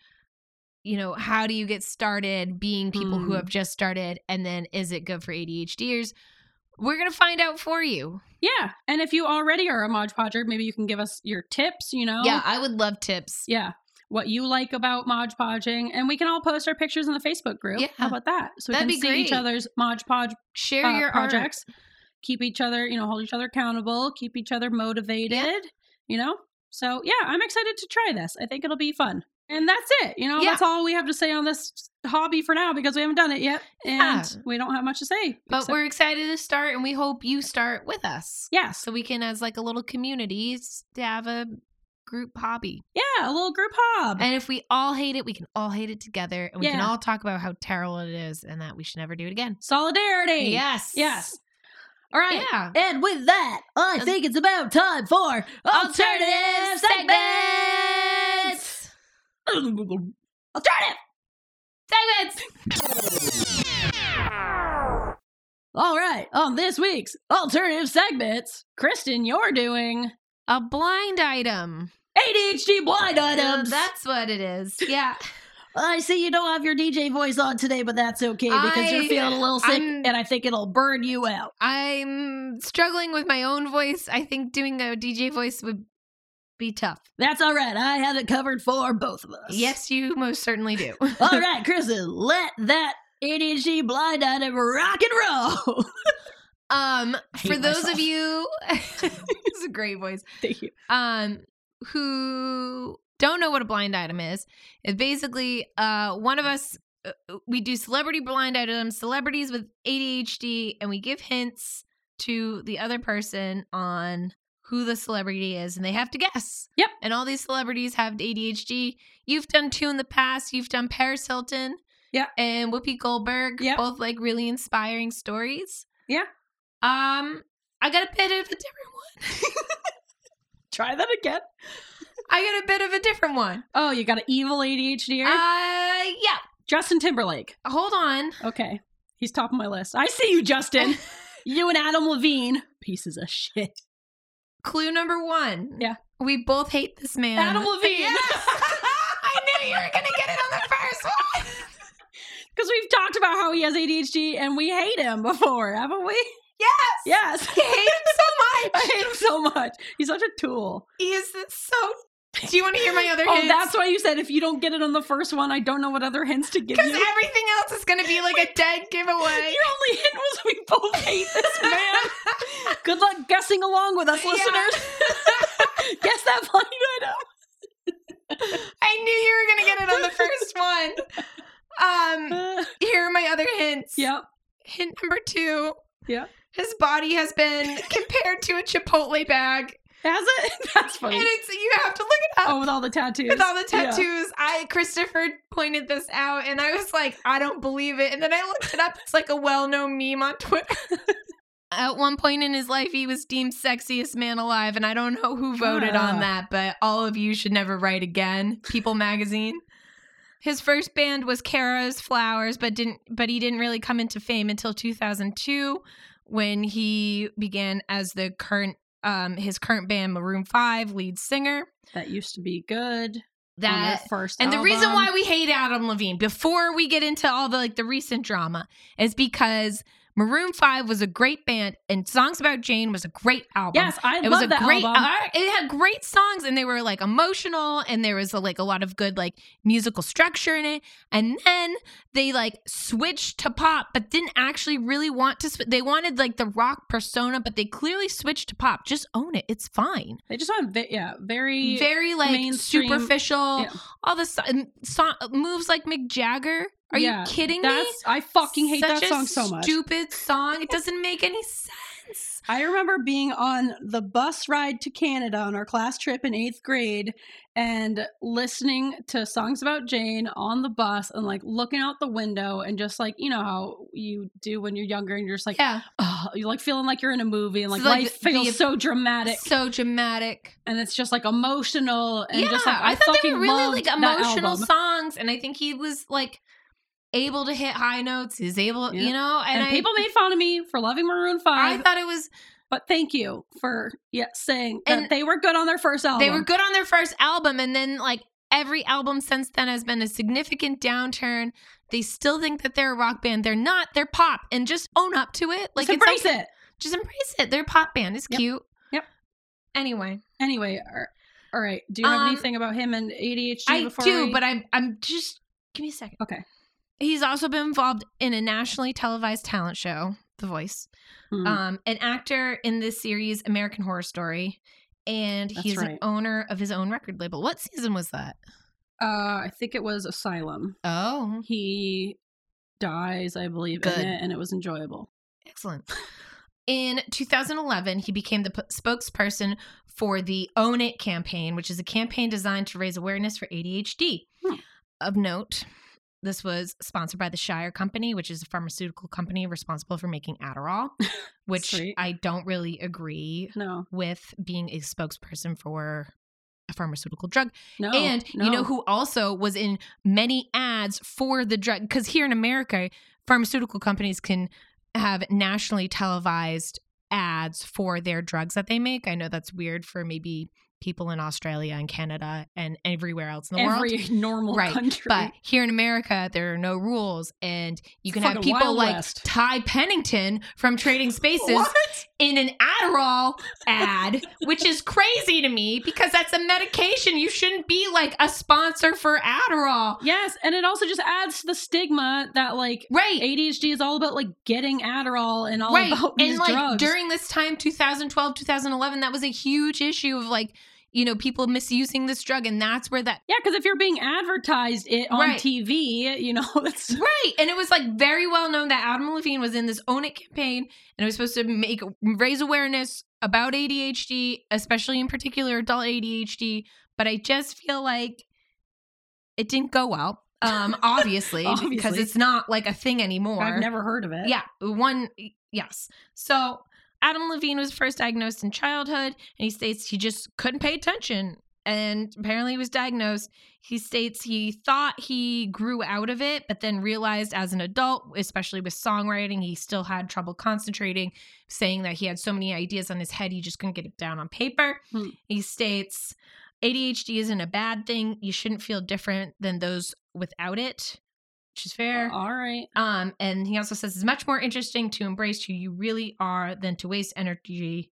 [SPEAKER 3] You know, how do you get started being people who
[SPEAKER 1] Mm.
[SPEAKER 3] have just started? And then is it good for ADHDers? We're going to find out for you.
[SPEAKER 1] Yeah. And if you already are a Mod Podger, maybe you can give us your tips, you know?
[SPEAKER 3] Yeah, I would love tips.
[SPEAKER 1] Yeah. What you like about Mod Podging. And we can all post our pictures in the Facebook group.
[SPEAKER 3] Yeah.
[SPEAKER 1] How about that? So we
[SPEAKER 3] That'd
[SPEAKER 1] can
[SPEAKER 3] be
[SPEAKER 1] see each
[SPEAKER 3] great.
[SPEAKER 1] other's Mod Podge
[SPEAKER 3] Share
[SPEAKER 1] uh,
[SPEAKER 3] your projects.
[SPEAKER 1] projects. Keep each other, you know, hold each other accountable, keep each other motivated, you know? So yeah, I'm excited to try this. I think it'll be fun. And that's it. You know,
[SPEAKER 3] Yeah.
[SPEAKER 1] that's all we have to say on this hobby for now because we haven't done it yet. And
[SPEAKER 3] Yeah.
[SPEAKER 1] we don't have much to say.
[SPEAKER 3] But
[SPEAKER 1] except-
[SPEAKER 3] we're excited to start and we hope you start with us.
[SPEAKER 1] Yes.
[SPEAKER 3] So we can, as like a little community, s- to have a group hobby.
[SPEAKER 1] Yeah, a little group hob.
[SPEAKER 3] And if we all hate it, we can all hate it together and we can
[SPEAKER 1] Yeah.
[SPEAKER 3] all talk about how terrible it is and that we should never do it again.
[SPEAKER 1] Solidarity.
[SPEAKER 3] Yes.
[SPEAKER 1] Yes. All right.
[SPEAKER 3] Yeah.
[SPEAKER 1] And with that, I
[SPEAKER 3] Um,
[SPEAKER 1] think it's about time for alternative segments.
[SPEAKER 3] Segments.
[SPEAKER 1] Alternative.
[SPEAKER 3] Segments.
[SPEAKER 1] All right. On this week's alternative segments, Kristen, you're doing
[SPEAKER 3] A blind item.
[SPEAKER 1] ADHD blind
[SPEAKER 3] Uh,
[SPEAKER 1] items.
[SPEAKER 3] that's what it is. Yeah.
[SPEAKER 1] I see you don't have your DJ voice on today, but that's okay because
[SPEAKER 3] I-
[SPEAKER 1] you're feeling a little sick,
[SPEAKER 3] I'm-
[SPEAKER 1] and I think it'll burn you out.
[SPEAKER 3] I'm struggling with my own voice. I think doing a DJ voice would be tough.
[SPEAKER 1] That's all right. I had it covered for both of us.
[SPEAKER 3] Yes, you most certainly do.
[SPEAKER 1] All right, Kristen, let that ADHD blind item rock and roll.
[SPEAKER 3] Um,
[SPEAKER 1] hate
[SPEAKER 3] for those
[SPEAKER 1] myself.
[SPEAKER 3] of you, it's a great voice.
[SPEAKER 1] Thank you.
[SPEAKER 3] um, who don't know what a blind item is, is basically uh, one of us, uh, we do celebrity blind items, celebrities with ADHD, and we give hints to the other person on who the celebrity is, and they have to guess.
[SPEAKER 1] Yep.
[SPEAKER 3] And all these celebrities have ADHD. You've done two in the past. You've done Paris Hilton.
[SPEAKER 1] Yeah.
[SPEAKER 3] And Whoopi Goldberg.
[SPEAKER 1] Yeah.
[SPEAKER 3] Both like really inspiring stories.
[SPEAKER 1] Yeah.
[SPEAKER 3] Um, I got a bit of a different one.
[SPEAKER 1] Try that again.
[SPEAKER 3] I got a bit of a different one.
[SPEAKER 1] Oh, you got an evil ADHD.
[SPEAKER 3] Uh, yeah.
[SPEAKER 1] Justin Timberlake.
[SPEAKER 3] Hold on.
[SPEAKER 1] Okay. He's top of my list. I see you, Justin. you and Adam Levine. Pieces of shit.
[SPEAKER 3] Clue number one.
[SPEAKER 1] Yeah.
[SPEAKER 3] We both hate this man.
[SPEAKER 1] Adam Levine.
[SPEAKER 3] Yes! I knew you were gonna get it on the first one.
[SPEAKER 1] Because we've talked about how he has ADHD and we hate him before, haven't we?
[SPEAKER 3] Yes.
[SPEAKER 1] Yes.
[SPEAKER 3] I hate him so
[SPEAKER 1] I
[SPEAKER 3] much.
[SPEAKER 1] hate him so much. He's such a tool.
[SPEAKER 3] He is so. Do you want to hear my other
[SPEAKER 1] Oh,
[SPEAKER 3] hints?
[SPEAKER 1] that's why you said if you don't get it on the first one, I don't know what other hints to give
[SPEAKER 3] because
[SPEAKER 1] you.
[SPEAKER 3] everything else is gonna be like a dead
[SPEAKER 1] Your
[SPEAKER 3] giveaway.
[SPEAKER 1] only hint was we both hate this man. Good luck guessing along with us,
[SPEAKER 3] Yeah.
[SPEAKER 1] listeners. Guess that blind item.
[SPEAKER 3] I knew you were gonna get it on the first one. Um,
[SPEAKER 1] Uh,
[SPEAKER 3] here are my other hints.
[SPEAKER 1] yep.
[SPEAKER 3] Hint number two.
[SPEAKER 1] Yeah.
[SPEAKER 3] His body has been compared to a Chipotle bag.
[SPEAKER 1] Has it? That's
[SPEAKER 3] And
[SPEAKER 1] funny.
[SPEAKER 3] it's you have to look it up
[SPEAKER 1] oh, with all the tattoos.
[SPEAKER 3] with all the
[SPEAKER 1] Yeah.
[SPEAKER 3] tattoos. I Christopher pointed this out and I was like, I don't believe it. And then I looked it up. It's like a well known meme on Twitter. At one point in his life, he was deemed sexiest man alive, and I don't know who voted
[SPEAKER 1] Ah.
[SPEAKER 3] on that, but all of you should never write again. People magazine. His first band was Kara's Flowers, but didn't but he didn't really come into fame until 2002 when he began as the current um his current band Maroon 5 lead singer.
[SPEAKER 1] That used to be good. on their
[SPEAKER 3] that
[SPEAKER 1] first
[SPEAKER 3] and the reason
[SPEAKER 1] album.
[SPEAKER 3] why we hate Adam Levine before we get into all the like the recent drama is because Maroon 5 was a great band and Songs About Jane was a great album.
[SPEAKER 1] yes, I
[SPEAKER 3] It
[SPEAKER 1] love
[SPEAKER 3] was a
[SPEAKER 1] that
[SPEAKER 3] great
[SPEAKER 1] album.
[SPEAKER 3] uh, it had great songs and they were like emotional and there was like a lot of good like musical structure in it. And then they like switched to pop but didn't actually really want to sw- they wanted like the rock persona but they clearly switched to pop. Just own it. It's fine
[SPEAKER 1] they just went, ve- yeah, very,
[SPEAKER 3] very like
[SPEAKER 1] mainstream-
[SPEAKER 3] superficial.
[SPEAKER 1] yeah.
[SPEAKER 3] All the so- and so- moves like Mick Jagger. Are
[SPEAKER 1] Yeah,
[SPEAKER 3] you kidding me?
[SPEAKER 1] That's I fucking hate that
[SPEAKER 3] Such a
[SPEAKER 1] song so much.
[SPEAKER 3] Stupid song. It doesn't make any sense.
[SPEAKER 1] I remember being on the bus ride to Canada on our class trip in eighth grade and listening to songs about Jane on the bus and like looking out the window and just like, you know, how you do when you're younger and you're just like,
[SPEAKER 3] Yeah,
[SPEAKER 1] oh, you're like feeling like you're in a movie and like,
[SPEAKER 3] So, like,
[SPEAKER 1] life
[SPEAKER 3] the-
[SPEAKER 1] feels
[SPEAKER 3] the-
[SPEAKER 1] so dramatic
[SPEAKER 3] so dramatic.
[SPEAKER 1] and it's just like emotional and
[SPEAKER 3] yeah,
[SPEAKER 1] just like, I,
[SPEAKER 3] I, thought they
[SPEAKER 1] fucking
[SPEAKER 3] were really
[SPEAKER 1] loved
[SPEAKER 3] like
[SPEAKER 1] that
[SPEAKER 3] emotional
[SPEAKER 1] album.
[SPEAKER 3] songs, and I think he was like able to hit high notes. He's able,
[SPEAKER 1] Yeah.
[SPEAKER 3] you know, and,
[SPEAKER 1] And
[SPEAKER 3] I,
[SPEAKER 1] people made fun of me for loving Maroon 5,
[SPEAKER 3] I thought it was
[SPEAKER 1] but thank you for yeah, saying that
[SPEAKER 3] And
[SPEAKER 1] they were good on their first album.
[SPEAKER 3] They were good on their first album, and then like every album since then has been a significant downturn. They still think that they're a rock band. They're not. They're pop, and just own up to it. Like
[SPEAKER 1] Just embrace
[SPEAKER 3] okay.
[SPEAKER 1] it.
[SPEAKER 3] Just embrace it. They're a pop band. It's
[SPEAKER 1] Yep.
[SPEAKER 3] cute.
[SPEAKER 1] Yep.
[SPEAKER 3] Anyway,
[SPEAKER 1] Anyway, all- all right. Do you have
[SPEAKER 3] Um,
[SPEAKER 1] anything about him and ADHD?
[SPEAKER 3] I
[SPEAKER 1] before
[SPEAKER 3] do,
[SPEAKER 1] we-
[SPEAKER 3] but I'm I'm just give me a second.
[SPEAKER 1] okay.
[SPEAKER 3] He's also been involved in a nationally televised talent show, The Voice.
[SPEAKER 1] Hmm.
[SPEAKER 3] um, an actor in this series, American Horror Story, and
[SPEAKER 1] That's
[SPEAKER 3] he's
[SPEAKER 1] right.
[SPEAKER 3] an owner of his own record label. What season was that?
[SPEAKER 1] uh, I think it was Asylum.
[SPEAKER 3] Oh,
[SPEAKER 1] He dies, I believe,
[SPEAKER 3] Good.
[SPEAKER 1] in it, and it was enjoyable.
[SPEAKER 3] excellent. In 2011, he became the p- spokesperson for the Own It campaign, which is a campaign designed to raise awareness for ADHD.
[SPEAKER 1] Hmm.
[SPEAKER 3] Of note, this was sponsored by the Shire Company, which is a pharmaceutical company responsible for making Adderall, which
[SPEAKER 1] Sweet.
[SPEAKER 3] I don't really agree
[SPEAKER 1] No,
[SPEAKER 3] with being a spokesperson for a pharmaceutical drug.
[SPEAKER 1] no,
[SPEAKER 3] and you
[SPEAKER 1] Oh, no.
[SPEAKER 3] know who also was in many ads for the drug? Because here in America, pharmaceutical companies can have nationally televised ads for their drugs that they make. I know that's weird for maybe people in Australia and Canada and everywhere else in the
[SPEAKER 1] every
[SPEAKER 3] world.
[SPEAKER 1] normal
[SPEAKER 3] Right,
[SPEAKER 1] country.
[SPEAKER 3] But here in America, there are no rules, and you can have
[SPEAKER 1] Fucking
[SPEAKER 3] people
[SPEAKER 1] Wild
[SPEAKER 3] like
[SPEAKER 1] West.
[SPEAKER 3] Ty Pennington from Trading Spaces
[SPEAKER 1] what?
[SPEAKER 3] in an Adderall ad, which is crazy to me because that's a medication. You shouldn't be like a sponsor for Adderall.
[SPEAKER 1] Yes, and it also just adds to the stigma that like
[SPEAKER 3] Right.
[SPEAKER 1] ADHD is all about like getting Adderall and all
[SPEAKER 3] Right.
[SPEAKER 1] about these
[SPEAKER 3] And like
[SPEAKER 1] drugs.
[SPEAKER 3] during this time, 2012, 2011, that was a huge issue of like, you know, people misusing this drug. And that's where that,
[SPEAKER 1] yeah, because if you're being advertised it on
[SPEAKER 3] Right.
[SPEAKER 1] TV, you know that's
[SPEAKER 3] right. And it was like very well known that Adam Levine was in this Own It campaign and it was supposed to make, raise awareness about ADHD, especially in particular adult ADHD. But I just feel like it didn't go well. Um, obviously, because
[SPEAKER 1] Obviously.
[SPEAKER 3] it's not like a thing anymore.
[SPEAKER 1] I've never heard of it.
[SPEAKER 3] Yeah, one. Yes. So Adam Levine was first diagnosed in childhood, and he states he just couldn't pay attention, and apparently he was diagnosed. He states he thought he grew out of it, but then realized as an adult, especially with songwriting, he still had trouble concentrating, saying that he had so many ideas on his head he just couldn't get it down on paper.
[SPEAKER 1] Hmm.
[SPEAKER 3] He states ADHD isn't a bad thing. You shouldn't feel different than those without it, which is fair.
[SPEAKER 1] All right.
[SPEAKER 3] Um, and he also says it's much more interesting to embrace who you really are than to waste energy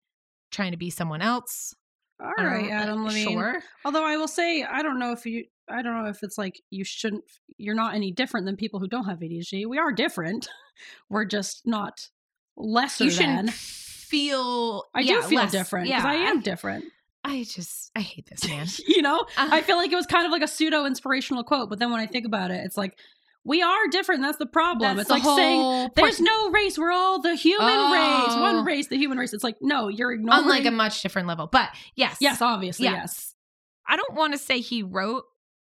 [SPEAKER 3] trying to be someone else.
[SPEAKER 1] All right,
[SPEAKER 3] Um,
[SPEAKER 1] Adam Levine.
[SPEAKER 3] Sure.
[SPEAKER 1] Although I will say, I don't know if you, I don't know if it's like you shouldn't, you're not any different than people who don't have ADHD. We are different. We're just not lesser
[SPEAKER 3] You
[SPEAKER 1] than.
[SPEAKER 3] shouldn't feel.
[SPEAKER 1] I
[SPEAKER 3] yeah,
[SPEAKER 1] do feel
[SPEAKER 3] less-
[SPEAKER 1] different
[SPEAKER 3] Yeah,
[SPEAKER 1] because I am different.
[SPEAKER 3] I, just I hate this man.
[SPEAKER 1] You know,
[SPEAKER 3] Uh,
[SPEAKER 1] I feel like it was kind of like a pseudo inspirational quote, but then when I think about it, it's like we are different. That's the problem.
[SPEAKER 3] that's
[SPEAKER 1] it's
[SPEAKER 3] the
[SPEAKER 1] like saying
[SPEAKER 3] whole point.
[SPEAKER 1] there's no race. We're all the human race.
[SPEAKER 3] Oh.
[SPEAKER 1] One race, the human race. It's like no, you're ignoring.
[SPEAKER 3] on like a much different level. But yes,
[SPEAKER 1] yes, obviously yes.
[SPEAKER 3] I don't want to say he wrote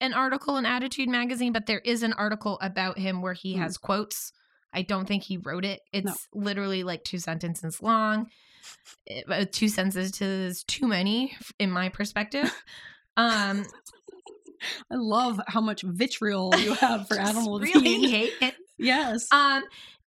[SPEAKER 3] an article in Attitude magazine, but there is an article about him where he
[SPEAKER 1] Hmm.
[SPEAKER 3] has quotes. I don't think he wrote it. It's literally like two sentences long. It- uh, two sentences is too many, f- in my perspective. Um,
[SPEAKER 1] I love how much vitriol you have for Adam
[SPEAKER 3] just
[SPEAKER 1] Levine.
[SPEAKER 3] Really hate it.
[SPEAKER 1] Yes.
[SPEAKER 3] Um,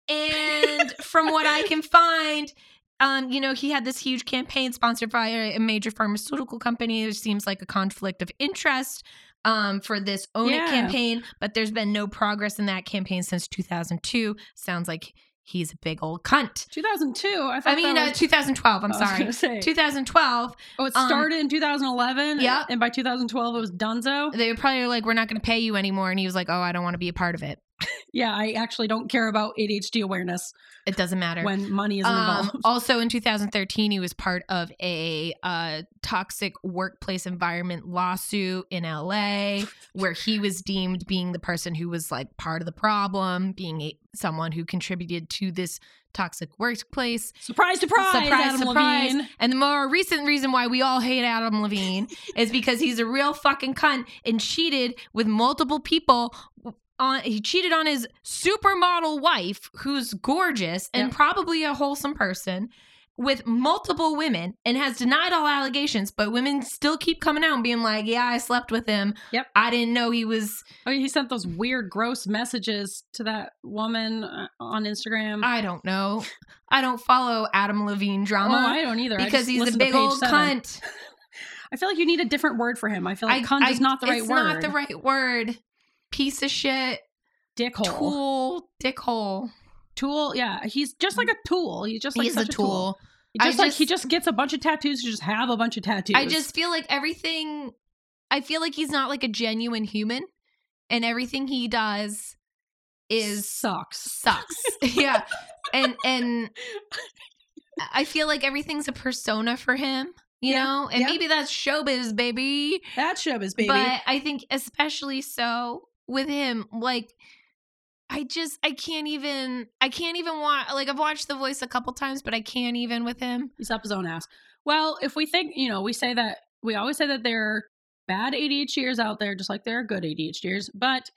[SPEAKER 3] and from what I can find, um, you know, he had this huge campaign sponsored by a, a major pharmaceutical company. It seems like a conflict of interest. um, for this Own
[SPEAKER 1] Yeah.
[SPEAKER 3] It campaign, but there's been no progress in that campaign since 2002. Sounds like he's a big old cunt.
[SPEAKER 1] 2002. I, thought
[SPEAKER 3] I mean,
[SPEAKER 1] that
[SPEAKER 3] uh,
[SPEAKER 1] was-
[SPEAKER 3] 2012, I'm
[SPEAKER 1] I was
[SPEAKER 3] sorry.
[SPEAKER 1] gonna say.
[SPEAKER 3] 2012,
[SPEAKER 1] oh, it
[SPEAKER 3] um,
[SPEAKER 1] started in 2011.
[SPEAKER 3] Yep.
[SPEAKER 1] And by 2012, it was Dunzo.
[SPEAKER 3] they were probably like, we're not going to pay you anymore. And he was like, oh, I don't want to be a part of it.
[SPEAKER 1] Yeah, I actually don't care about ADHD awareness
[SPEAKER 3] It doesn't matter.
[SPEAKER 1] when money isn't
[SPEAKER 3] Um,
[SPEAKER 1] involved.
[SPEAKER 3] also in 2013, he was part of a uh, toxic workplace environment lawsuit in LA, where he was deemed being the person who was like part of the problem, being a, someone who contributed to this toxic workplace.
[SPEAKER 1] Surprise, surprise,
[SPEAKER 3] Surprise,
[SPEAKER 1] Adam
[SPEAKER 3] surprise.
[SPEAKER 1] Levine.
[SPEAKER 3] And the more recent reason why we all hate Adam Levine is because he's a real fucking cunt and cheated with multiple people. On, he cheated on his supermodel wife, who's gorgeous and
[SPEAKER 1] Yep.
[SPEAKER 3] probably a wholesome person, with multiple women and has denied all allegations. But women still keep coming out and being like, Yeah, I slept with him.
[SPEAKER 1] Yep.
[SPEAKER 3] I didn't know he was.
[SPEAKER 1] Oh, he sent those weird, gross messages to that woman uh, on Instagram.
[SPEAKER 3] I don't know. I don't follow Adam Levine
[SPEAKER 1] oh,
[SPEAKER 3] drama
[SPEAKER 1] I don't either. I
[SPEAKER 3] because
[SPEAKER 1] just
[SPEAKER 3] he's a
[SPEAKER 1] listened to
[SPEAKER 3] big
[SPEAKER 1] page
[SPEAKER 3] old
[SPEAKER 1] seven.
[SPEAKER 3] cunt.
[SPEAKER 1] I feel like you need a different word for him. I feel like
[SPEAKER 3] I-
[SPEAKER 1] cunt
[SPEAKER 3] I-
[SPEAKER 1] is not the right
[SPEAKER 3] it's
[SPEAKER 1] word.
[SPEAKER 3] not the right word. Piece of shit,
[SPEAKER 1] Dickhole. Tool.
[SPEAKER 3] tool, dickhole.
[SPEAKER 1] Yeah, he's just like a tool. He's just like
[SPEAKER 3] He's a
[SPEAKER 1] such
[SPEAKER 3] tool.
[SPEAKER 1] He
[SPEAKER 3] I
[SPEAKER 1] Just like he
[SPEAKER 3] just-
[SPEAKER 1] just gets a bunch of tattoos to just have a bunch of tattoos.
[SPEAKER 3] I just feel like everything. I feel like he's not like a genuine human, and everything he does is
[SPEAKER 1] sucks.
[SPEAKER 3] sucks. yeah, and and I feel like everything's a persona for him. You
[SPEAKER 1] Yeah,
[SPEAKER 3] know, and
[SPEAKER 1] yeah.
[SPEAKER 3] maybe that's showbiz, baby.
[SPEAKER 1] That showbiz baby.
[SPEAKER 3] But I think especially so with him, like I just I can't even I can't even watch like I've watched The Voice a couple times, but I can't even with him.
[SPEAKER 1] He's up his own ass. Well, if we think, you know, we say that we always say that there are bad ADHDers out there, just like there are good ADHDers. But,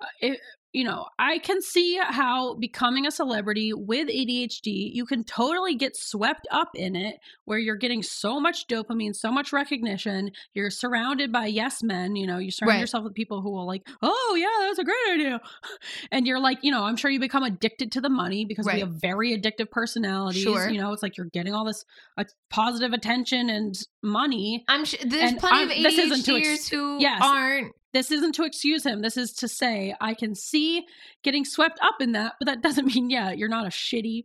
[SPEAKER 1] uh, it, you know, I can see how becoming a celebrity with ADHD, you can totally get swept up in it, where you're getting so much dopamine, so much recognition. You're surrounded by yes men. You know, you surround
[SPEAKER 3] Right.
[SPEAKER 1] yourself with people who will like, oh yeah, that's a great idea, and you're like, you know, I'm sure you become addicted to the money because we
[SPEAKER 3] Right.
[SPEAKER 1] have very addictive personalities.
[SPEAKER 3] Sure.
[SPEAKER 1] You know, it's like you're getting all this uh, positive attention and money.
[SPEAKER 3] I'm sh- there's
[SPEAKER 1] And
[SPEAKER 3] plenty
[SPEAKER 1] I'm-
[SPEAKER 3] of
[SPEAKER 1] this isn't to
[SPEAKER 3] ADHDers
[SPEAKER 1] ex-
[SPEAKER 3] who
[SPEAKER 1] Yes.
[SPEAKER 3] aren't.
[SPEAKER 1] This isn't to excuse him. This is to say I can see getting swept up in that, but that doesn't mean yeah, you're not a shitty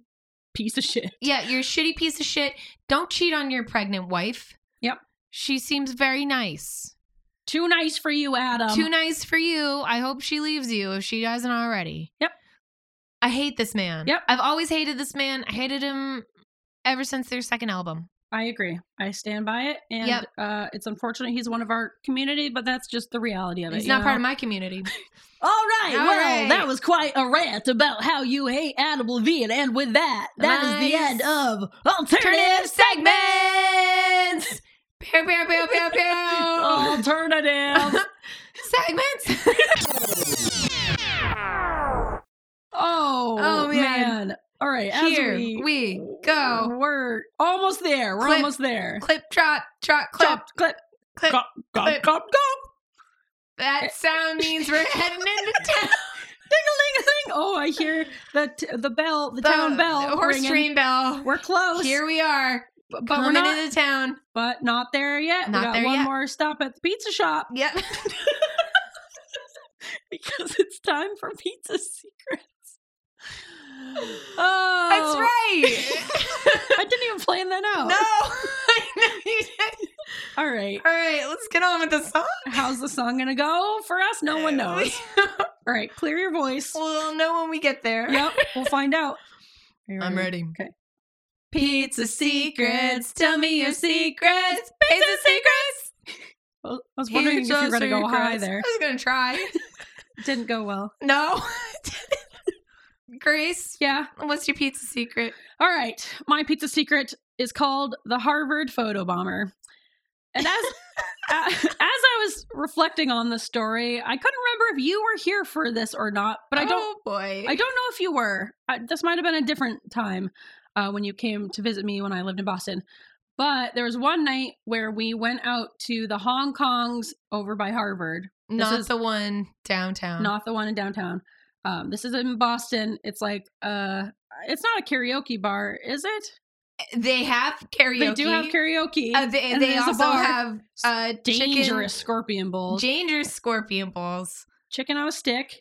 [SPEAKER 1] piece of shit.
[SPEAKER 3] Yeah, you're a shitty piece of shit. Don't cheat on your pregnant wife.
[SPEAKER 1] Yep.
[SPEAKER 3] She seems very nice.
[SPEAKER 1] Too nice for you, Adam.
[SPEAKER 3] Too nice for you. I hope she leaves you if she doesn't already.
[SPEAKER 1] Yep.
[SPEAKER 3] I hate this man.
[SPEAKER 1] Yep.
[SPEAKER 3] I've always hated this man. I hated him ever since their second album.
[SPEAKER 1] I agree. I stand by it, and
[SPEAKER 3] Yep.
[SPEAKER 1] uh, it's unfortunate he's one of our community, but that's just the reality of it.
[SPEAKER 3] He's
[SPEAKER 1] you
[SPEAKER 3] not
[SPEAKER 1] know?
[SPEAKER 3] part of my community.
[SPEAKER 1] All right.
[SPEAKER 3] All
[SPEAKER 1] well,
[SPEAKER 3] right.
[SPEAKER 1] that was quite a rant about how you hate Adam Levine. And with that, that is the
[SPEAKER 3] Nice.
[SPEAKER 1] end of Alternative
[SPEAKER 3] segments. Pew, pew, pew, pew, pew.
[SPEAKER 1] Oh. Alternative.
[SPEAKER 3] segments.
[SPEAKER 1] oh,
[SPEAKER 3] Oh, man.
[SPEAKER 1] All right. As
[SPEAKER 3] Here
[SPEAKER 1] we,
[SPEAKER 3] we go.
[SPEAKER 1] We're almost there. We're
[SPEAKER 3] Clip.
[SPEAKER 1] almost there.
[SPEAKER 3] Clip, trot, trot, clip.
[SPEAKER 1] Chop, clip,
[SPEAKER 3] clip,
[SPEAKER 1] Cop, cop,
[SPEAKER 3] clip.
[SPEAKER 1] cop, cop. Eh.
[SPEAKER 3] That sound means we're heading into town.
[SPEAKER 1] Ding-a-ling-a-ling. Oh, I hear the t- the bell, the, town bell.
[SPEAKER 3] the horse
[SPEAKER 1] ringing.
[SPEAKER 3] train bell.
[SPEAKER 1] We're close.
[SPEAKER 3] Here we are,
[SPEAKER 1] but but we're
[SPEAKER 3] coming
[SPEAKER 1] not,
[SPEAKER 3] into town.
[SPEAKER 1] but not there yet.
[SPEAKER 3] Not
[SPEAKER 1] we got
[SPEAKER 3] there
[SPEAKER 1] one
[SPEAKER 3] yet.
[SPEAKER 1] more stop at the pizza shop.
[SPEAKER 3] Yep.
[SPEAKER 1] because it's time for pizza secrets. Oh,
[SPEAKER 3] That's right.
[SPEAKER 1] I didn't even plan that out.
[SPEAKER 3] no. I know you did.
[SPEAKER 1] All right.
[SPEAKER 3] All right, let's get on with the song.
[SPEAKER 1] How's the song going to go for us? No one knows. All right. Clear your voice.
[SPEAKER 3] we'll know when we get there.
[SPEAKER 1] Yep. We'll find out. Are you
[SPEAKER 3] Pizza secrets. Tell me your secrets. Pizza secrets.
[SPEAKER 1] I was wondering if you were going to go high there.
[SPEAKER 3] I was gonna try.
[SPEAKER 1] Didn't go well.
[SPEAKER 3] No. Grace,
[SPEAKER 1] Yeah.
[SPEAKER 3] what's your pizza secret?
[SPEAKER 1] All right. My pizza secret is called the Harvard Photobomber. And as uh, as I was reflecting on the story, I couldn't remember if you were here for this or not, but I don't
[SPEAKER 3] Oh boy.
[SPEAKER 1] I don't know if you were. I, this might have been a different time uh, when you came to visit me when I lived in Boston. But there was one night where we went out to the Hong Kong's over by Harvard,
[SPEAKER 3] Not
[SPEAKER 1] is-
[SPEAKER 3] the one downtown.
[SPEAKER 1] not the one in downtown. Um, this is in Boston. It's like uh, it's not a karaoke bar, is it?
[SPEAKER 3] Eh, They have karaoke.
[SPEAKER 1] They do have karaoke.
[SPEAKER 3] Uh, they
[SPEAKER 1] and
[SPEAKER 3] they
[SPEAKER 1] there's a
[SPEAKER 3] also
[SPEAKER 1] bar.
[SPEAKER 3] have uh, chicken-
[SPEAKER 1] dangerous scorpion bowls.
[SPEAKER 3] dangerous scorpion balls.
[SPEAKER 1] chicken on a stick.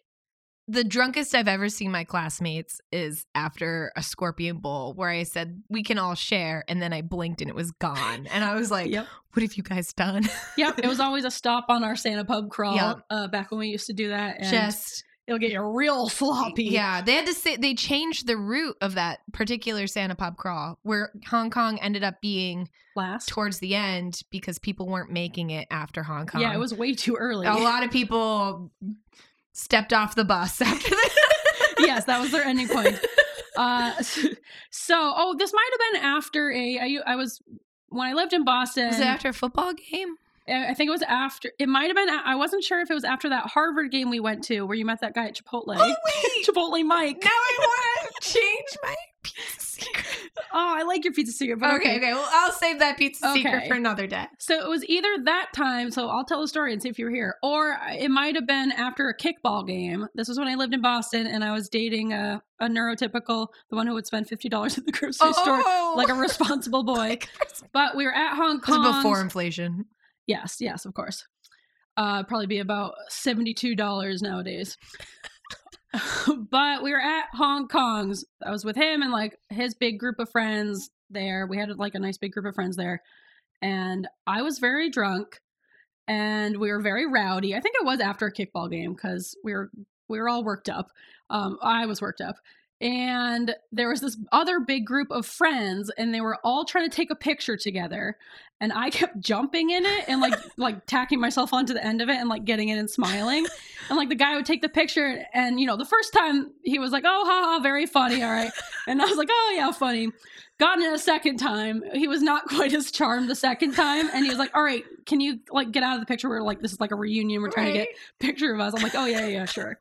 [SPEAKER 3] the drunkest I've ever seen my classmates is after a scorpion bowl where I said, we can all share. And then I blinked and it was gone. And I was like,
[SPEAKER 1] Yep.
[SPEAKER 3] what have you guys done?
[SPEAKER 1] Yep. it was always a stop on our Santa pub crawl
[SPEAKER 3] Yeah.
[SPEAKER 1] uh, back when we used to do that. And
[SPEAKER 3] Just,
[SPEAKER 1] it'll get you real sloppy.
[SPEAKER 3] yeah. They had to say, they changed the route of that particular Santa Pop crawl where Hong Kong ended up being
[SPEAKER 1] Last.
[SPEAKER 3] towards the end because people weren't making it after Hong Kong.
[SPEAKER 1] Yeah, it was way too early.
[SPEAKER 3] a lot of people stepped off the bus after that.
[SPEAKER 1] yes, that was their ending point. Uh, so, oh, this might have been after a. I, I was when I lived in Boston.
[SPEAKER 3] Was it after a football game?
[SPEAKER 1] I I think it was after. It might have been. a- I wasn't sure if it was after that Harvard game we went to where you met that guy at Chipotle.
[SPEAKER 3] Oh, wait.
[SPEAKER 1] Chipotle Mike.
[SPEAKER 3] now I want to change my pizza secret.
[SPEAKER 1] Oh, I like your pizza secret. But
[SPEAKER 3] Okay, okay. Well, I'll save that pizza secret
[SPEAKER 1] Okay.
[SPEAKER 3] for another day.
[SPEAKER 1] So it was either that time, so I'll tell the story and see if you were here, or it might have been after a kickball game. This was when I lived in Boston and I was dating a, a neurotypical, the one who would spend $50 in the
[SPEAKER 3] Oh,
[SPEAKER 1] grocery store, like a responsible boy. But we were at Hong
[SPEAKER 3] This
[SPEAKER 1] Kong.
[SPEAKER 3] is before inflation.
[SPEAKER 1] Yes, yes, of course. Uh, probably be about $72 nowadays. but we were at Hong Kong's. I was with him and like his big group of friends there. We had like a nice big group of friends there. And I was very drunk and we were very rowdy. I think it was after a kickball game because we were we were all worked up. Um, I was worked up. And there was this other big group of friends, and they were all trying to take a picture together and I kept jumping in it and like like tacking myself onto the end of it and like getting in and smiling. And like the guy would take the picture and you know, the first time he was like, Oh ha ha, very funny, all right. And I was like, Oh yeah, funny. Got in a second time. He was not quite as charmed the second time. And he was like, All right, can you like get out of the picture? We're like, this is like a reunion. We're trying to get a picture of us. I'm like, Oh yeah, yeah, sure.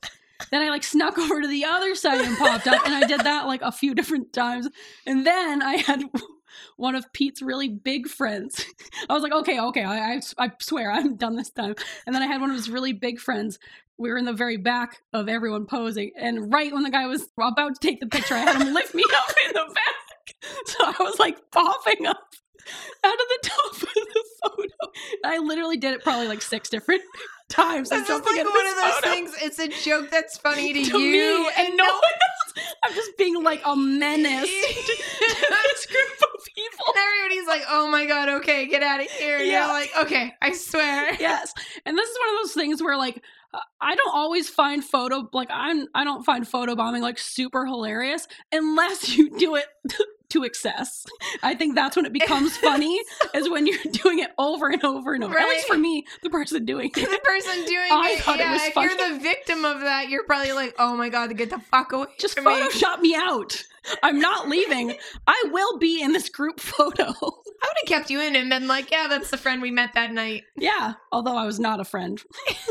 [SPEAKER 1] Then I like snuck over to the other side and popped up, and I did that like a few different times. And then I had one of Pete's really big friends. I was like, okay, okay, I, I, I swear I'm done this time. And then I had one of his really big friends. We were in the very back of everyone posing. And right when the guy was about to take the picture, I had him lift me up in the back. So I was like popping up out of the top of the photo. I literally did it probably like six different times. I
[SPEAKER 3] This
[SPEAKER 1] still
[SPEAKER 3] is like one
[SPEAKER 1] forget
[SPEAKER 3] of
[SPEAKER 1] this
[SPEAKER 3] those
[SPEAKER 1] photo
[SPEAKER 3] things. It's a joke that's funny to,
[SPEAKER 1] to
[SPEAKER 3] you.
[SPEAKER 1] me and no one else. I'm just being like a menace to this group of people.
[SPEAKER 3] And everybody's like, "Oh my god, okay, get out of here." And
[SPEAKER 1] Yeah.
[SPEAKER 3] you're like, "Okay, I swear."
[SPEAKER 1] yes and this is one of those things where like uh, i don't always find photo like i'm i don't find photo bombing like super hilarious unless you do it to excess i think that's when it becomes funny is when you're doing it over and over and over at least
[SPEAKER 3] Right.
[SPEAKER 1] for me the person doing it
[SPEAKER 3] The person doing
[SPEAKER 1] I
[SPEAKER 3] it,
[SPEAKER 1] thought it
[SPEAKER 3] yeah,
[SPEAKER 1] was
[SPEAKER 3] if you're
[SPEAKER 1] funny.
[SPEAKER 3] the victim of that, you're probably like, "Oh my god, get the fuck away
[SPEAKER 1] just
[SPEAKER 3] from me."
[SPEAKER 1] photoshop me out i'm not leaving i will be in this group photo
[SPEAKER 3] I would have kept you in and been like, "Yeah, that's the friend we met that night."
[SPEAKER 1] Yeah, although I was not a friend.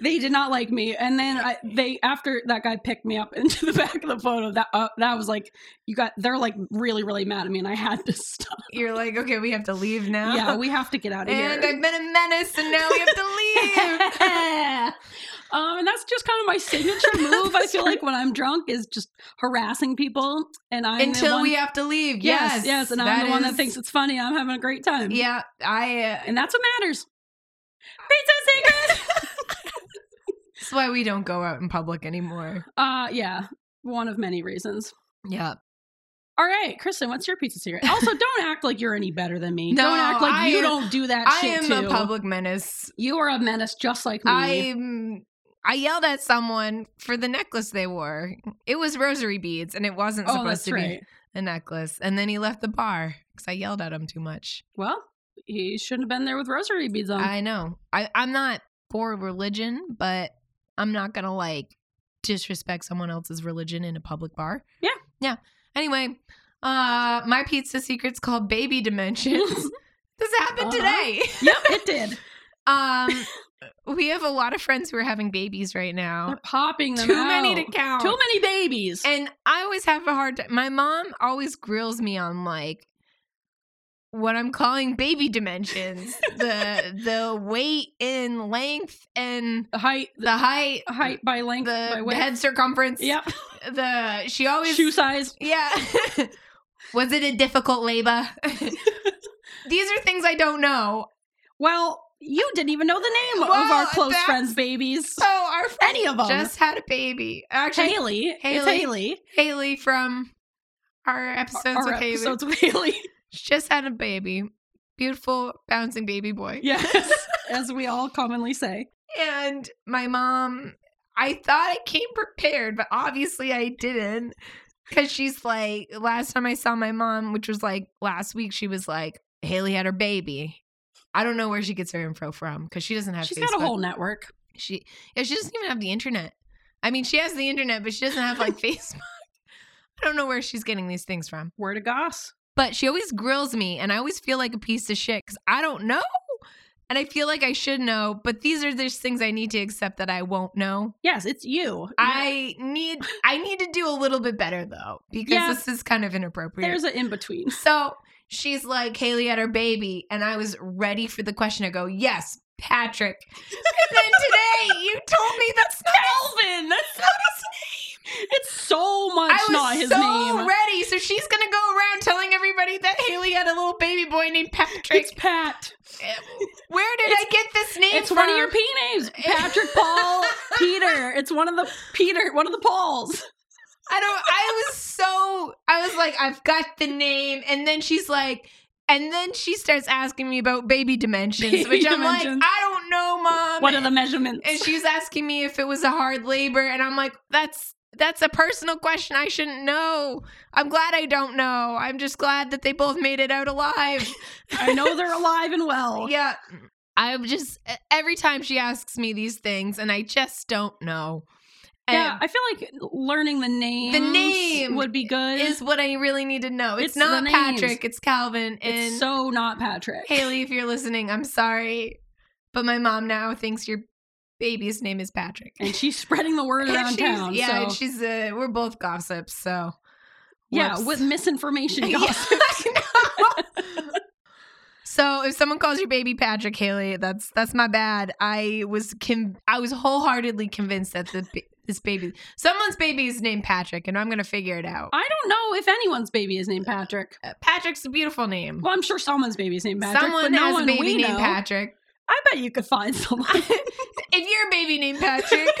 [SPEAKER 1] they did not like me. And then I, they after that guy picked me up into the back of the photo, that uh, that was like you got they're like really really mad at me and I had to stop.
[SPEAKER 3] You're like, "Okay, we have to leave now."
[SPEAKER 1] Yeah, we have to get out of here.
[SPEAKER 3] And I've been a menace, and now we have to leave.
[SPEAKER 1] um, and that's just kind of my signature move. I feel like when I'm drunk is just harassing people, and I
[SPEAKER 3] Until we have to leave. Yes.
[SPEAKER 1] yes, yes, and I'm the one that
[SPEAKER 3] is-
[SPEAKER 1] thinks it's funny. I'm having a great time.
[SPEAKER 3] Yeah. I. Uh,
[SPEAKER 1] and that's what matters. Pizza secret.
[SPEAKER 3] that's why we don't go out in public anymore.
[SPEAKER 1] Uh yeah. One of many reasons.
[SPEAKER 3] Yeah.
[SPEAKER 1] All right, Kristen, what's your pizza secret? Also, don't act like you're any better than me.
[SPEAKER 3] No,
[SPEAKER 1] don't act like
[SPEAKER 3] I
[SPEAKER 1] you
[SPEAKER 3] am-
[SPEAKER 1] don't do that
[SPEAKER 3] I
[SPEAKER 1] shit
[SPEAKER 3] am
[SPEAKER 1] too.
[SPEAKER 3] a public menace.
[SPEAKER 1] you are a menace just like me.
[SPEAKER 3] I'm. I yelled at someone for the necklace they wore. It was rosary beads, and it wasn't
[SPEAKER 1] oh,
[SPEAKER 3] supposed
[SPEAKER 1] that's
[SPEAKER 3] to
[SPEAKER 1] right.
[SPEAKER 3] be a necklace. And then he left the bar because I yelled at him too much.
[SPEAKER 1] Well, he shouldn't have been there with rosary beads on.
[SPEAKER 3] I know. I, I'm not for religion, but I'm not gonna like disrespect someone else's religion in a public bar.
[SPEAKER 1] Yeah.
[SPEAKER 3] Yeah. Anyway, uh my pizza secret's called baby dimensions. this happened
[SPEAKER 1] Uh-huh.
[SPEAKER 3] today.
[SPEAKER 1] yep, it did.
[SPEAKER 3] Um we have a lot of friends who are having babies right now.
[SPEAKER 1] They're popping them
[SPEAKER 3] Too many to
[SPEAKER 1] out.
[SPEAKER 3] count.
[SPEAKER 1] Too many babies.
[SPEAKER 3] And I always have a hard time. My mom always grills me on like what I'm calling baby dimensions, the the weight in length and
[SPEAKER 1] the height, the
[SPEAKER 3] the height,
[SPEAKER 1] height by length, by
[SPEAKER 3] the
[SPEAKER 1] width.
[SPEAKER 3] head circumference.
[SPEAKER 1] Yep.
[SPEAKER 3] The she always
[SPEAKER 1] Shoe size.
[SPEAKER 3] yeah. Was it a difficult labor? These are things I don't know.
[SPEAKER 1] Well, you didn't even know the name of
[SPEAKER 3] Well,
[SPEAKER 1] our close
[SPEAKER 3] that's-
[SPEAKER 1] friends' babies.
[SPEAKER 3] So our friend
[SPEAKER 1] Any of them.
[SPEAKER 3] just had a baby. Actually,
[SPEAKER 1] Haley. It's
[SPEAKER 3] Haley.
[SPEAKER 1] Haley.
[SPEAKER 3] Haley from our episodes
[SPEAKER 1] our
[SPEAKER 3] with Haley
[SPEAKER 1] episodes with Haley.
[SPEAKER 3] just had a baby. Beautiful bouncing baby boy.
[SPEAKER 1] Yes, as we all commonly say.
[SPEAKER 3] And my mom, I thought I came prepared, but obviously I didn't. Cause she's like, last time I saw my mom, which was like last week, she was like, Haley had her baby. I don't know where she gets her info from because she doesn't have
[SPEAKER 1] She's
[SPEAKER 3] Facebook.
[SPEAKER 1] got a whole network.
[SPEAKER 3] She yeah, she doesn't even have the internet. I mean, she has the internet, but she doesn't have like Facebook. I don't know where she's getting these things from.
[SPEAKER 1] Word of goss.
[SPEAKER 3] But she always grills me, and I always feel like a piece of shit because I don't know, and I feel like I should know. But these are just things I need to accept that I won't know.
[SPEAKER 1] Yes, it's you.
[SPEAKER 3] I need I need to do a little bit better though because
[SPEAKER 1] Yeah.
[SPEAKER 3] this is kind of inappropriate.
[SPEAKER 1] There's an in between.
[SPEAKER 3] So she's like, Haley had her baby. And I was ready for the question. I go, yes, Patrick. And then today you told me that's not
[SPEAKER 1] Calvin. That's not his name. It's so much
[SPEAKER 3] I was
[SPEAKER 1] not his
[SPEAKER 3] so
[SPEAKER 1] name.
[SPEAKER 3] ready. So she's going to go around telling everybody that Haley had a little baby boy named Patrick.
[SPEAKER 1] It's Pat.
[SPEAKER 3] Where did I
[SPEAKER 1] it's-
[SPEAKER 3] get this name
[SPEAKER 1] It's
[SPEAKER 3] from?
[SPEAKER 1] one of your P names. Patrick Paul Peter. It's one of the Peter, one of the Pauls.
[SPEAKER 3] I don't. I was so. I was like, I've got the name, and then she's like, and then she starts asking me about baby dimensions,
[SPEAKER 1] Baby
[SPEAKER 3] which I'm
[SPEAKER 1] dimensions.
[SPEAKER 3] like, I don't know, mom.
[SPEAKER 1] What are the measurements?
[SPEAKER 3] and she was asking me if it was a hard labor and i'm like that's that's a personal question i shouldn't know i'm glad i don't know i'm just glad that they both made it out alive
[SPEAKER 1] I know they're alive and well.
[SPEAKER 3] yeah i'm just e, every time she asks me these things and i just don't know
[SPEAKER 1] Yeah,
[SPEAKER 3] And
[SPEAKER 1] I feel like learning the name
[SPEAKER 3] name
[SPEAKER 1] would be good.
[SPEAKER 3] is what i really need to know it's,
[SPEAKER 1] It's the
[SPEAKER 3] not
[SPEAKER 1] names.
[SPEAKER 3] patrick it's calvin
[SPEAKER 1] it's
[SPEAKER 3] and
[SPEAKER 1] so not Patrick.
[SPEAKER 3] haley if you're listening i'm sorry but my mom now thinks your baby's name is patrick
[SPEAKER 1] and she's spreading the word
[SPEAKER 3] And
[SPEAKER 1] around
[SPEAKER 3] she's-
[SPEAKER 1] town.
[SPEAKER 3] Yeah,
[SPEAKER 1] so-
[SPEAKER 3] and she's uh, we're both gossips, so
[SPEAKER 1] yeah,
[SPEAKER 3] whoops.
[SPEAKER 1] with misinformation
[SPEAKER 3] Yeah,
[SPEAKER 1] gossip.
[SPEAKER 3] I know. so if someone calls your baby Patrick Haley, that's that's my bad. I was con- I was wholeheartedly convinced that the ba- this baby someone's baby is named Patrick, and I'm gonna figure it out.
[SPEAKER 1] I don't know if anyone's baby is named Patrick.
[SPEAKER 3] Uh, Patrick's a beautiful name.
[SPEAKER 1] Well, I'm sure someone's baby is named Patrick.
[SPEAKER 3] someone
[SPEAKER 1] but no
[SPEAKER 3] has
[SPEAKER 1] one
[SPEAKER 3] a baby
[SPEAKER 1] we
[SPEAKER 3] named
[SPEAKER 1] know.
[SPEAKER 3] Patrick.
[SPEAKER 1] I bet you could find someone.
[SPEAKER 3] If you're a baby named Patrick,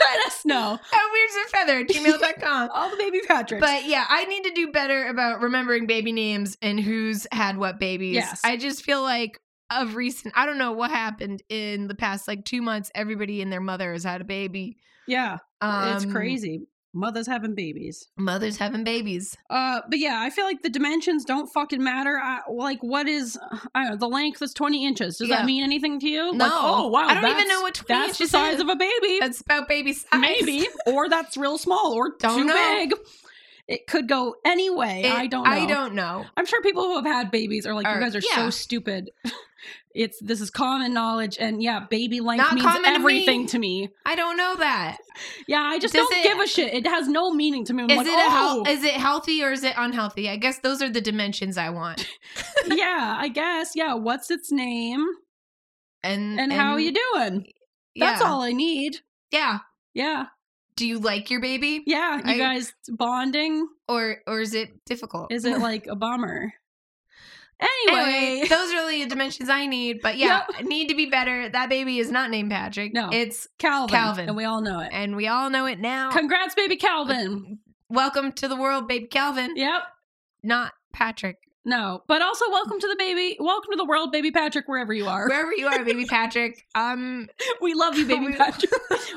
[SPEAKER 1] Let us know.
[SPEAKER 3] at feather gmail.com.
[SPEAKER 1] All the baby Patricks.
[SPEAKER 3] But yeah, I need to do better about remembering baby names and who's had what babies.
[SPEAKER 1] Yes.
[SPEAKER 3] I just feel like of recent, I don't know what happened in the past like two months. Everybody and their mother has had a baby.
[SPEAKER 1] yeah, it's
[SPEAKER 3] Um,
[SPEAKER 1] crazy. Mothers having babies.
[SPEAKER 3] Mothers having babies.
[SPEAKER 1] Uh, but yeah, I feel like the dimensions don't fucking matter. I, like, what is I don't know, the length is 20 inches. Does
[SPEAKER 3] Yeah.
[SPEAKER 1] that mean anything to you?
[SPEAKER 3] No.
[SPEAKER 1] Like, oh wow,
[SPEAKER 3] I don't even
[SPEAKER 1] that's-
[SPEAKER 3] know what 20
[SPEAKER 1] That's the
[SPEAKER 3] inches
[SPEAKER 1] size
[SPEAKER 3] is.
[SPEAKER 1] of a baby.
[SPEAKER 3] That's about baby size.
[SPEAKER 1] maybe, or that's real small, or
[SPEAKER 3] Don't
[SPEAKER 1] too
[SPEAKER 3] know.
[SPEAKER 1] big. It could go any way.
[SPEAKER 3] It-
[SPEAKER 1] I don't. know.
[SPEAKER 3] I don't know.
[SPEAKER 1] I'm sure people who have had babies are like,
[SPEAKER 3] Are-
[SPEAKER 1] you guys are
[SPEAKER 3] yeah.
[SPEAKER 1] so stupid. It's this is common knowledge, and yeah, baby length
[SPEAKER 3] Not
[SPEAKER 1] means
[SPEAKER 3] common to me.
[SPEAKER 1] everything to me.
[SPEAKER 3] I don't know that.
[SPEAKER 1] Yeah, I just
[SPEAKER 3] Does
[SPEAKER 1] don't
[SPEAKER 3] it-
[SPEAKER 1] give a shit. It has no meaning to me. I'm
[SPEAKER 3] Is
[SPEAKER 1] like,
[SPEAKER 3] it a
[SPEAKER 1] oh,
[SPEAKER 3] hel- is it healthy or is it unhealthy? I guess those are the dimensions I want.
[SPEAKER 1] yeah, I guess. Yeah, what's its name
[SPEAKER 3] And
[SPEAKER 1] and, how you doing? That's
[SPEAKER 3] yeah.
[SPEAKER 1] all I need.
[SPEAKER 3] Yeah.
[SPEAKER 1] Yeah,
[SPEAKER 3] Do you like your baby?
[SPEAKER 1] yeah. You
[SPEAKER 3] I-
[SPEAKER 1] guys bonding?
[SPEAKER 3] Or or is it difficult?
[SPEAKER 1] Is it like a bummer?
[SPEAKER 3] anyway,
[SPEAKER 1] Anyway,
[SPEAKER 3] those are the dimensions I need. But yeah, I need to be better. That baby is not named Patrick.
[SPEAKER 1] No.
[SPEAKER 3] It's
[SPEAKER 1] Calvin,
[SPEAKER 3] Calvin. Oh.
[SPEAKER 1] and we all know it.
[SPEAKER 3] and we all know it now.
[SPEAKER 1] Congrats, baby Calvin.
[SPEAKER 3] Welcome to the world, baby Calvin.
[SPEAKER 1] Yep.
[SPEAKER 3] Not Patrick.
[SPEAKER 1] No, but also welcome to the baby. Welcome to the world, baby Patrick, wherever you are.
[SPEAKER 3] Wherever you are, baby Patrick. Um
[SPEAKER 1] We love you, baby
[SPEAKER 3] We-
[SPEAKER 1] Patrick.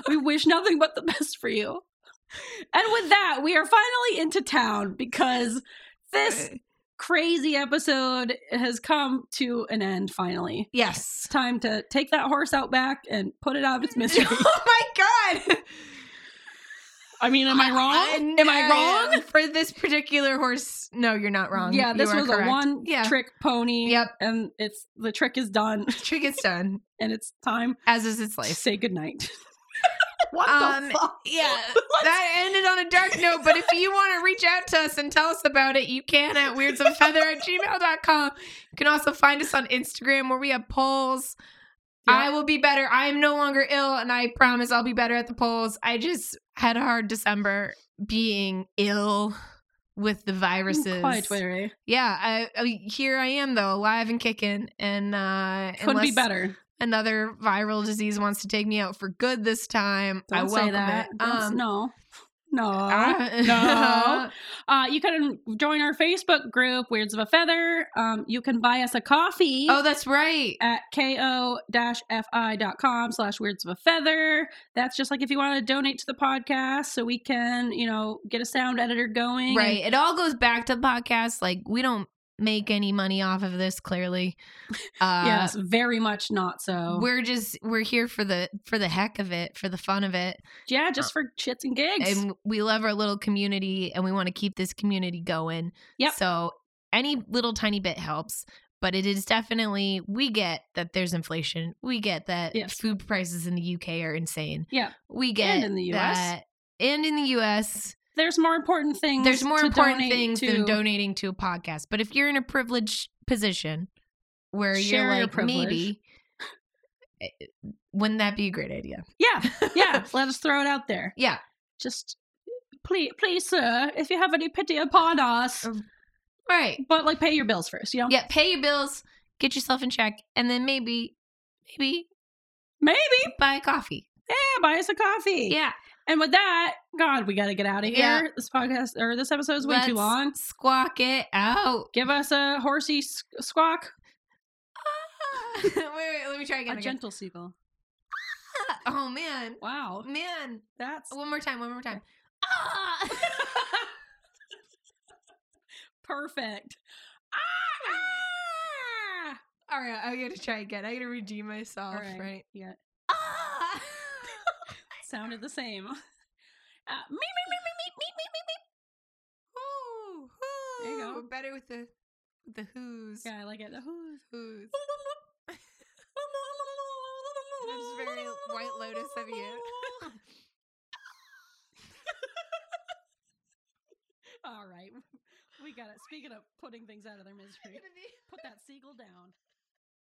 [SPEAKER 1] we wish nothing but the best for you. And with that, we are finally into town because
[SPEAKER 3] uh,
[SPEAKER 1] this crazy episode has come to an end finally.
[SPEAKER 3] Yes.
[SPEAKER 1] It's time to take that horse out back and put it out of its misery.
[SPEAKER 3] oh my god.
[SPEAKER 1] I mean, am I wrong? Am I wrong?
[SPEAKER 3] For this particular horse, no, you're not wrong.
[SPEAKER 1] Yeah,
[SPEAKER 3] You
[SPEAKER 1] this
[SPEAKER 3] are
[SPEAKER 1] was
[SPEAKER 3] correct.
[SPEAKER 1] a one
[SPEAKER 3] Yeah.
[SPEAKER 1] trick pony.
[SPEAKER 3] Yep.
[SPEAKER 1] And it's the trick is done
[SPEAKER 3] Trick is done.
[SPEAKER 1] and it's time
[SPEAKER 3] As is its
[SPEAKER 1] to
[SPEAKER 3] life.
[SPEAKER 1] say goodnight. what
[SPEAKER 3] Um,
[SPEAKER 1] the fuck?
[SPEAKER 3] Yeah, that ended on a dark note. But if you want to reach out to us and tell us about it, you can at weirdsandfeather at gmail.com. You can also find us on Instagram where we have polls.
[SPEAKER 1] Yeah.
[SPEAKER 3] I will be better. I am no longer ill, and I promise I'll be better at the polls. I just had a hard December being ill with the viruses.
[SPEAKER 1] Quite Twittery.
[SPEAKER 3] Yeah, I, I, here I am though, alive and kicking, and uh,
[SPEAKER 1] Could be
[SPEAKER 3] unless
[SPEAKER 1] better.
[SPEAKER 3] Another viral disease wants to take me out for good this time. I
[SPEAKER 1] Don't
[SPEAKER 3] welcome
[SPEAKER 1] say that.
[SPEAKER 3] it. Um,
[SPEAKER 1] Don't s- no. No.
[SPEAKER 3] I-
[SPEAKER 1] no. Uh, you can join our Facebook group, Weirds of a Feather. Um, you can buy us a coffee.
[SPEAKER 3] oh, that's right.
[SPEAKER 1] at ko-fi.com slash words of a feather that's just like if you want to donate to the podcast so we can you know get a sound editor going
[SPEAKER 3] Right. It all goes back to the podcast. Like we don't make any money off of this. Clearly, uh,
[SPEAKER 1] yes very much not so
[SPEAKER 3] We're just we're here for the for the heck of it, for the fun of it,
[SPEAKER 1] yeah just for chits and gigs
[SPEAKER 3] uh and we love our little community, and we want to keep this community going.
[SPEAKER 1] Yep.
[SPEAKER 3] So any little tiny bit helps, but it is definitely we get that there's inflation. We get that
[SPEAKER 1] Yes.
[SPEAKER 3] food prices in the UK are insane.
[SPEAKER 1] Yeah.
[SPEAKER 3] We get
[SPEAKER 1] in the US.
[SPEAKER 3] that- and in the US,
[SPEAKER 1] there's more important things
[SPEAKER 3] there's more
[SPEAKER 1] to
[SPEAKER 3] important
[SPEAKER 1] donate
[SPEAKER 3] things
[SPEAKER 1] to.
[SPEAKER 3] than donating to a podcast. But if you're in a privileged position where
[SPEAKER 1] Share
[SPEAKER 3] you're
[SPEAKER 1] your
[SPEAKER 3] like
[SPEAKER 1] privilege.
[SPEAKER 3] maybe, eh, wouldn't that be a great idea?
[SPEAKER 1] yeah yeah let us throw it out there
[SPEAKER 3] Yeah,
[SPEAKER 1] just please please sir if you have any pity upon us
[SPEAKER 3] right.
[SPEAKER 1] but like pay your bills first you know
[SPEAKER 3] Oh. Yeah, pay your bills, get yourself in check, and then maybe, maybe
[SPEAKER 1] maybe
[SPEAKER 3] buy a coffee.
[SPEAKER 1] yeah buy us a coffee
[SPEAKER 3] Yeah,
[SPEAKER 1] And with that, God, we got to get out of here.
[SPEAKER 3] Yeah.
[SPEAKER 1] This podcast or this episode is way
[SPEAKER 3] Let's
[SPEAKER 1] too long.
[SPEAKER 3] Squawk it out.
[SPEAKER 1] Give us a horsey s- squawk.
[SPEAKER 3] Ah. wait, wait, let me try again.
[SPEAKER 1] A
[SPEAKER 3] again.
[SPEAKER 1] gentle seagull.
[SPEAKER 3] Oh man,
[SPEAKER 1] Wow,
[SPEAKER 3] Mm. man.
[SPEAKER 1] that's
[SPEAKER 3] One more time. One more time. Ah!
[SPEAKER 1] perfect. Ah! ah!
[SPEAKER 3] All right, I gotta try again. I gotta redeem myself.
[SPEAKER 1] All right.
[SPEAKER 3] right.
[SPEAKER 1] Yeah,
[SPEAKER 3] Ah!
[SPEAKER 1] sounded the same. Uh, me, me, me, me, me, me, me, me, me.
[SPEAKER 3] Ooh,
[SPEAKER 1] There you
[SPEAKER 3] hoo.
[SPEAKER 1] go.
[SPEAKER 3] We're better with the with the who's.
[SPEAKER 1] Yeah, I like it. The who's.
[SPEAKER 3] Who's. That was very White Lotus of you.
[SPEAKER 1] All right, we got it. Speaking of putting things out of their misery, put that seagull down.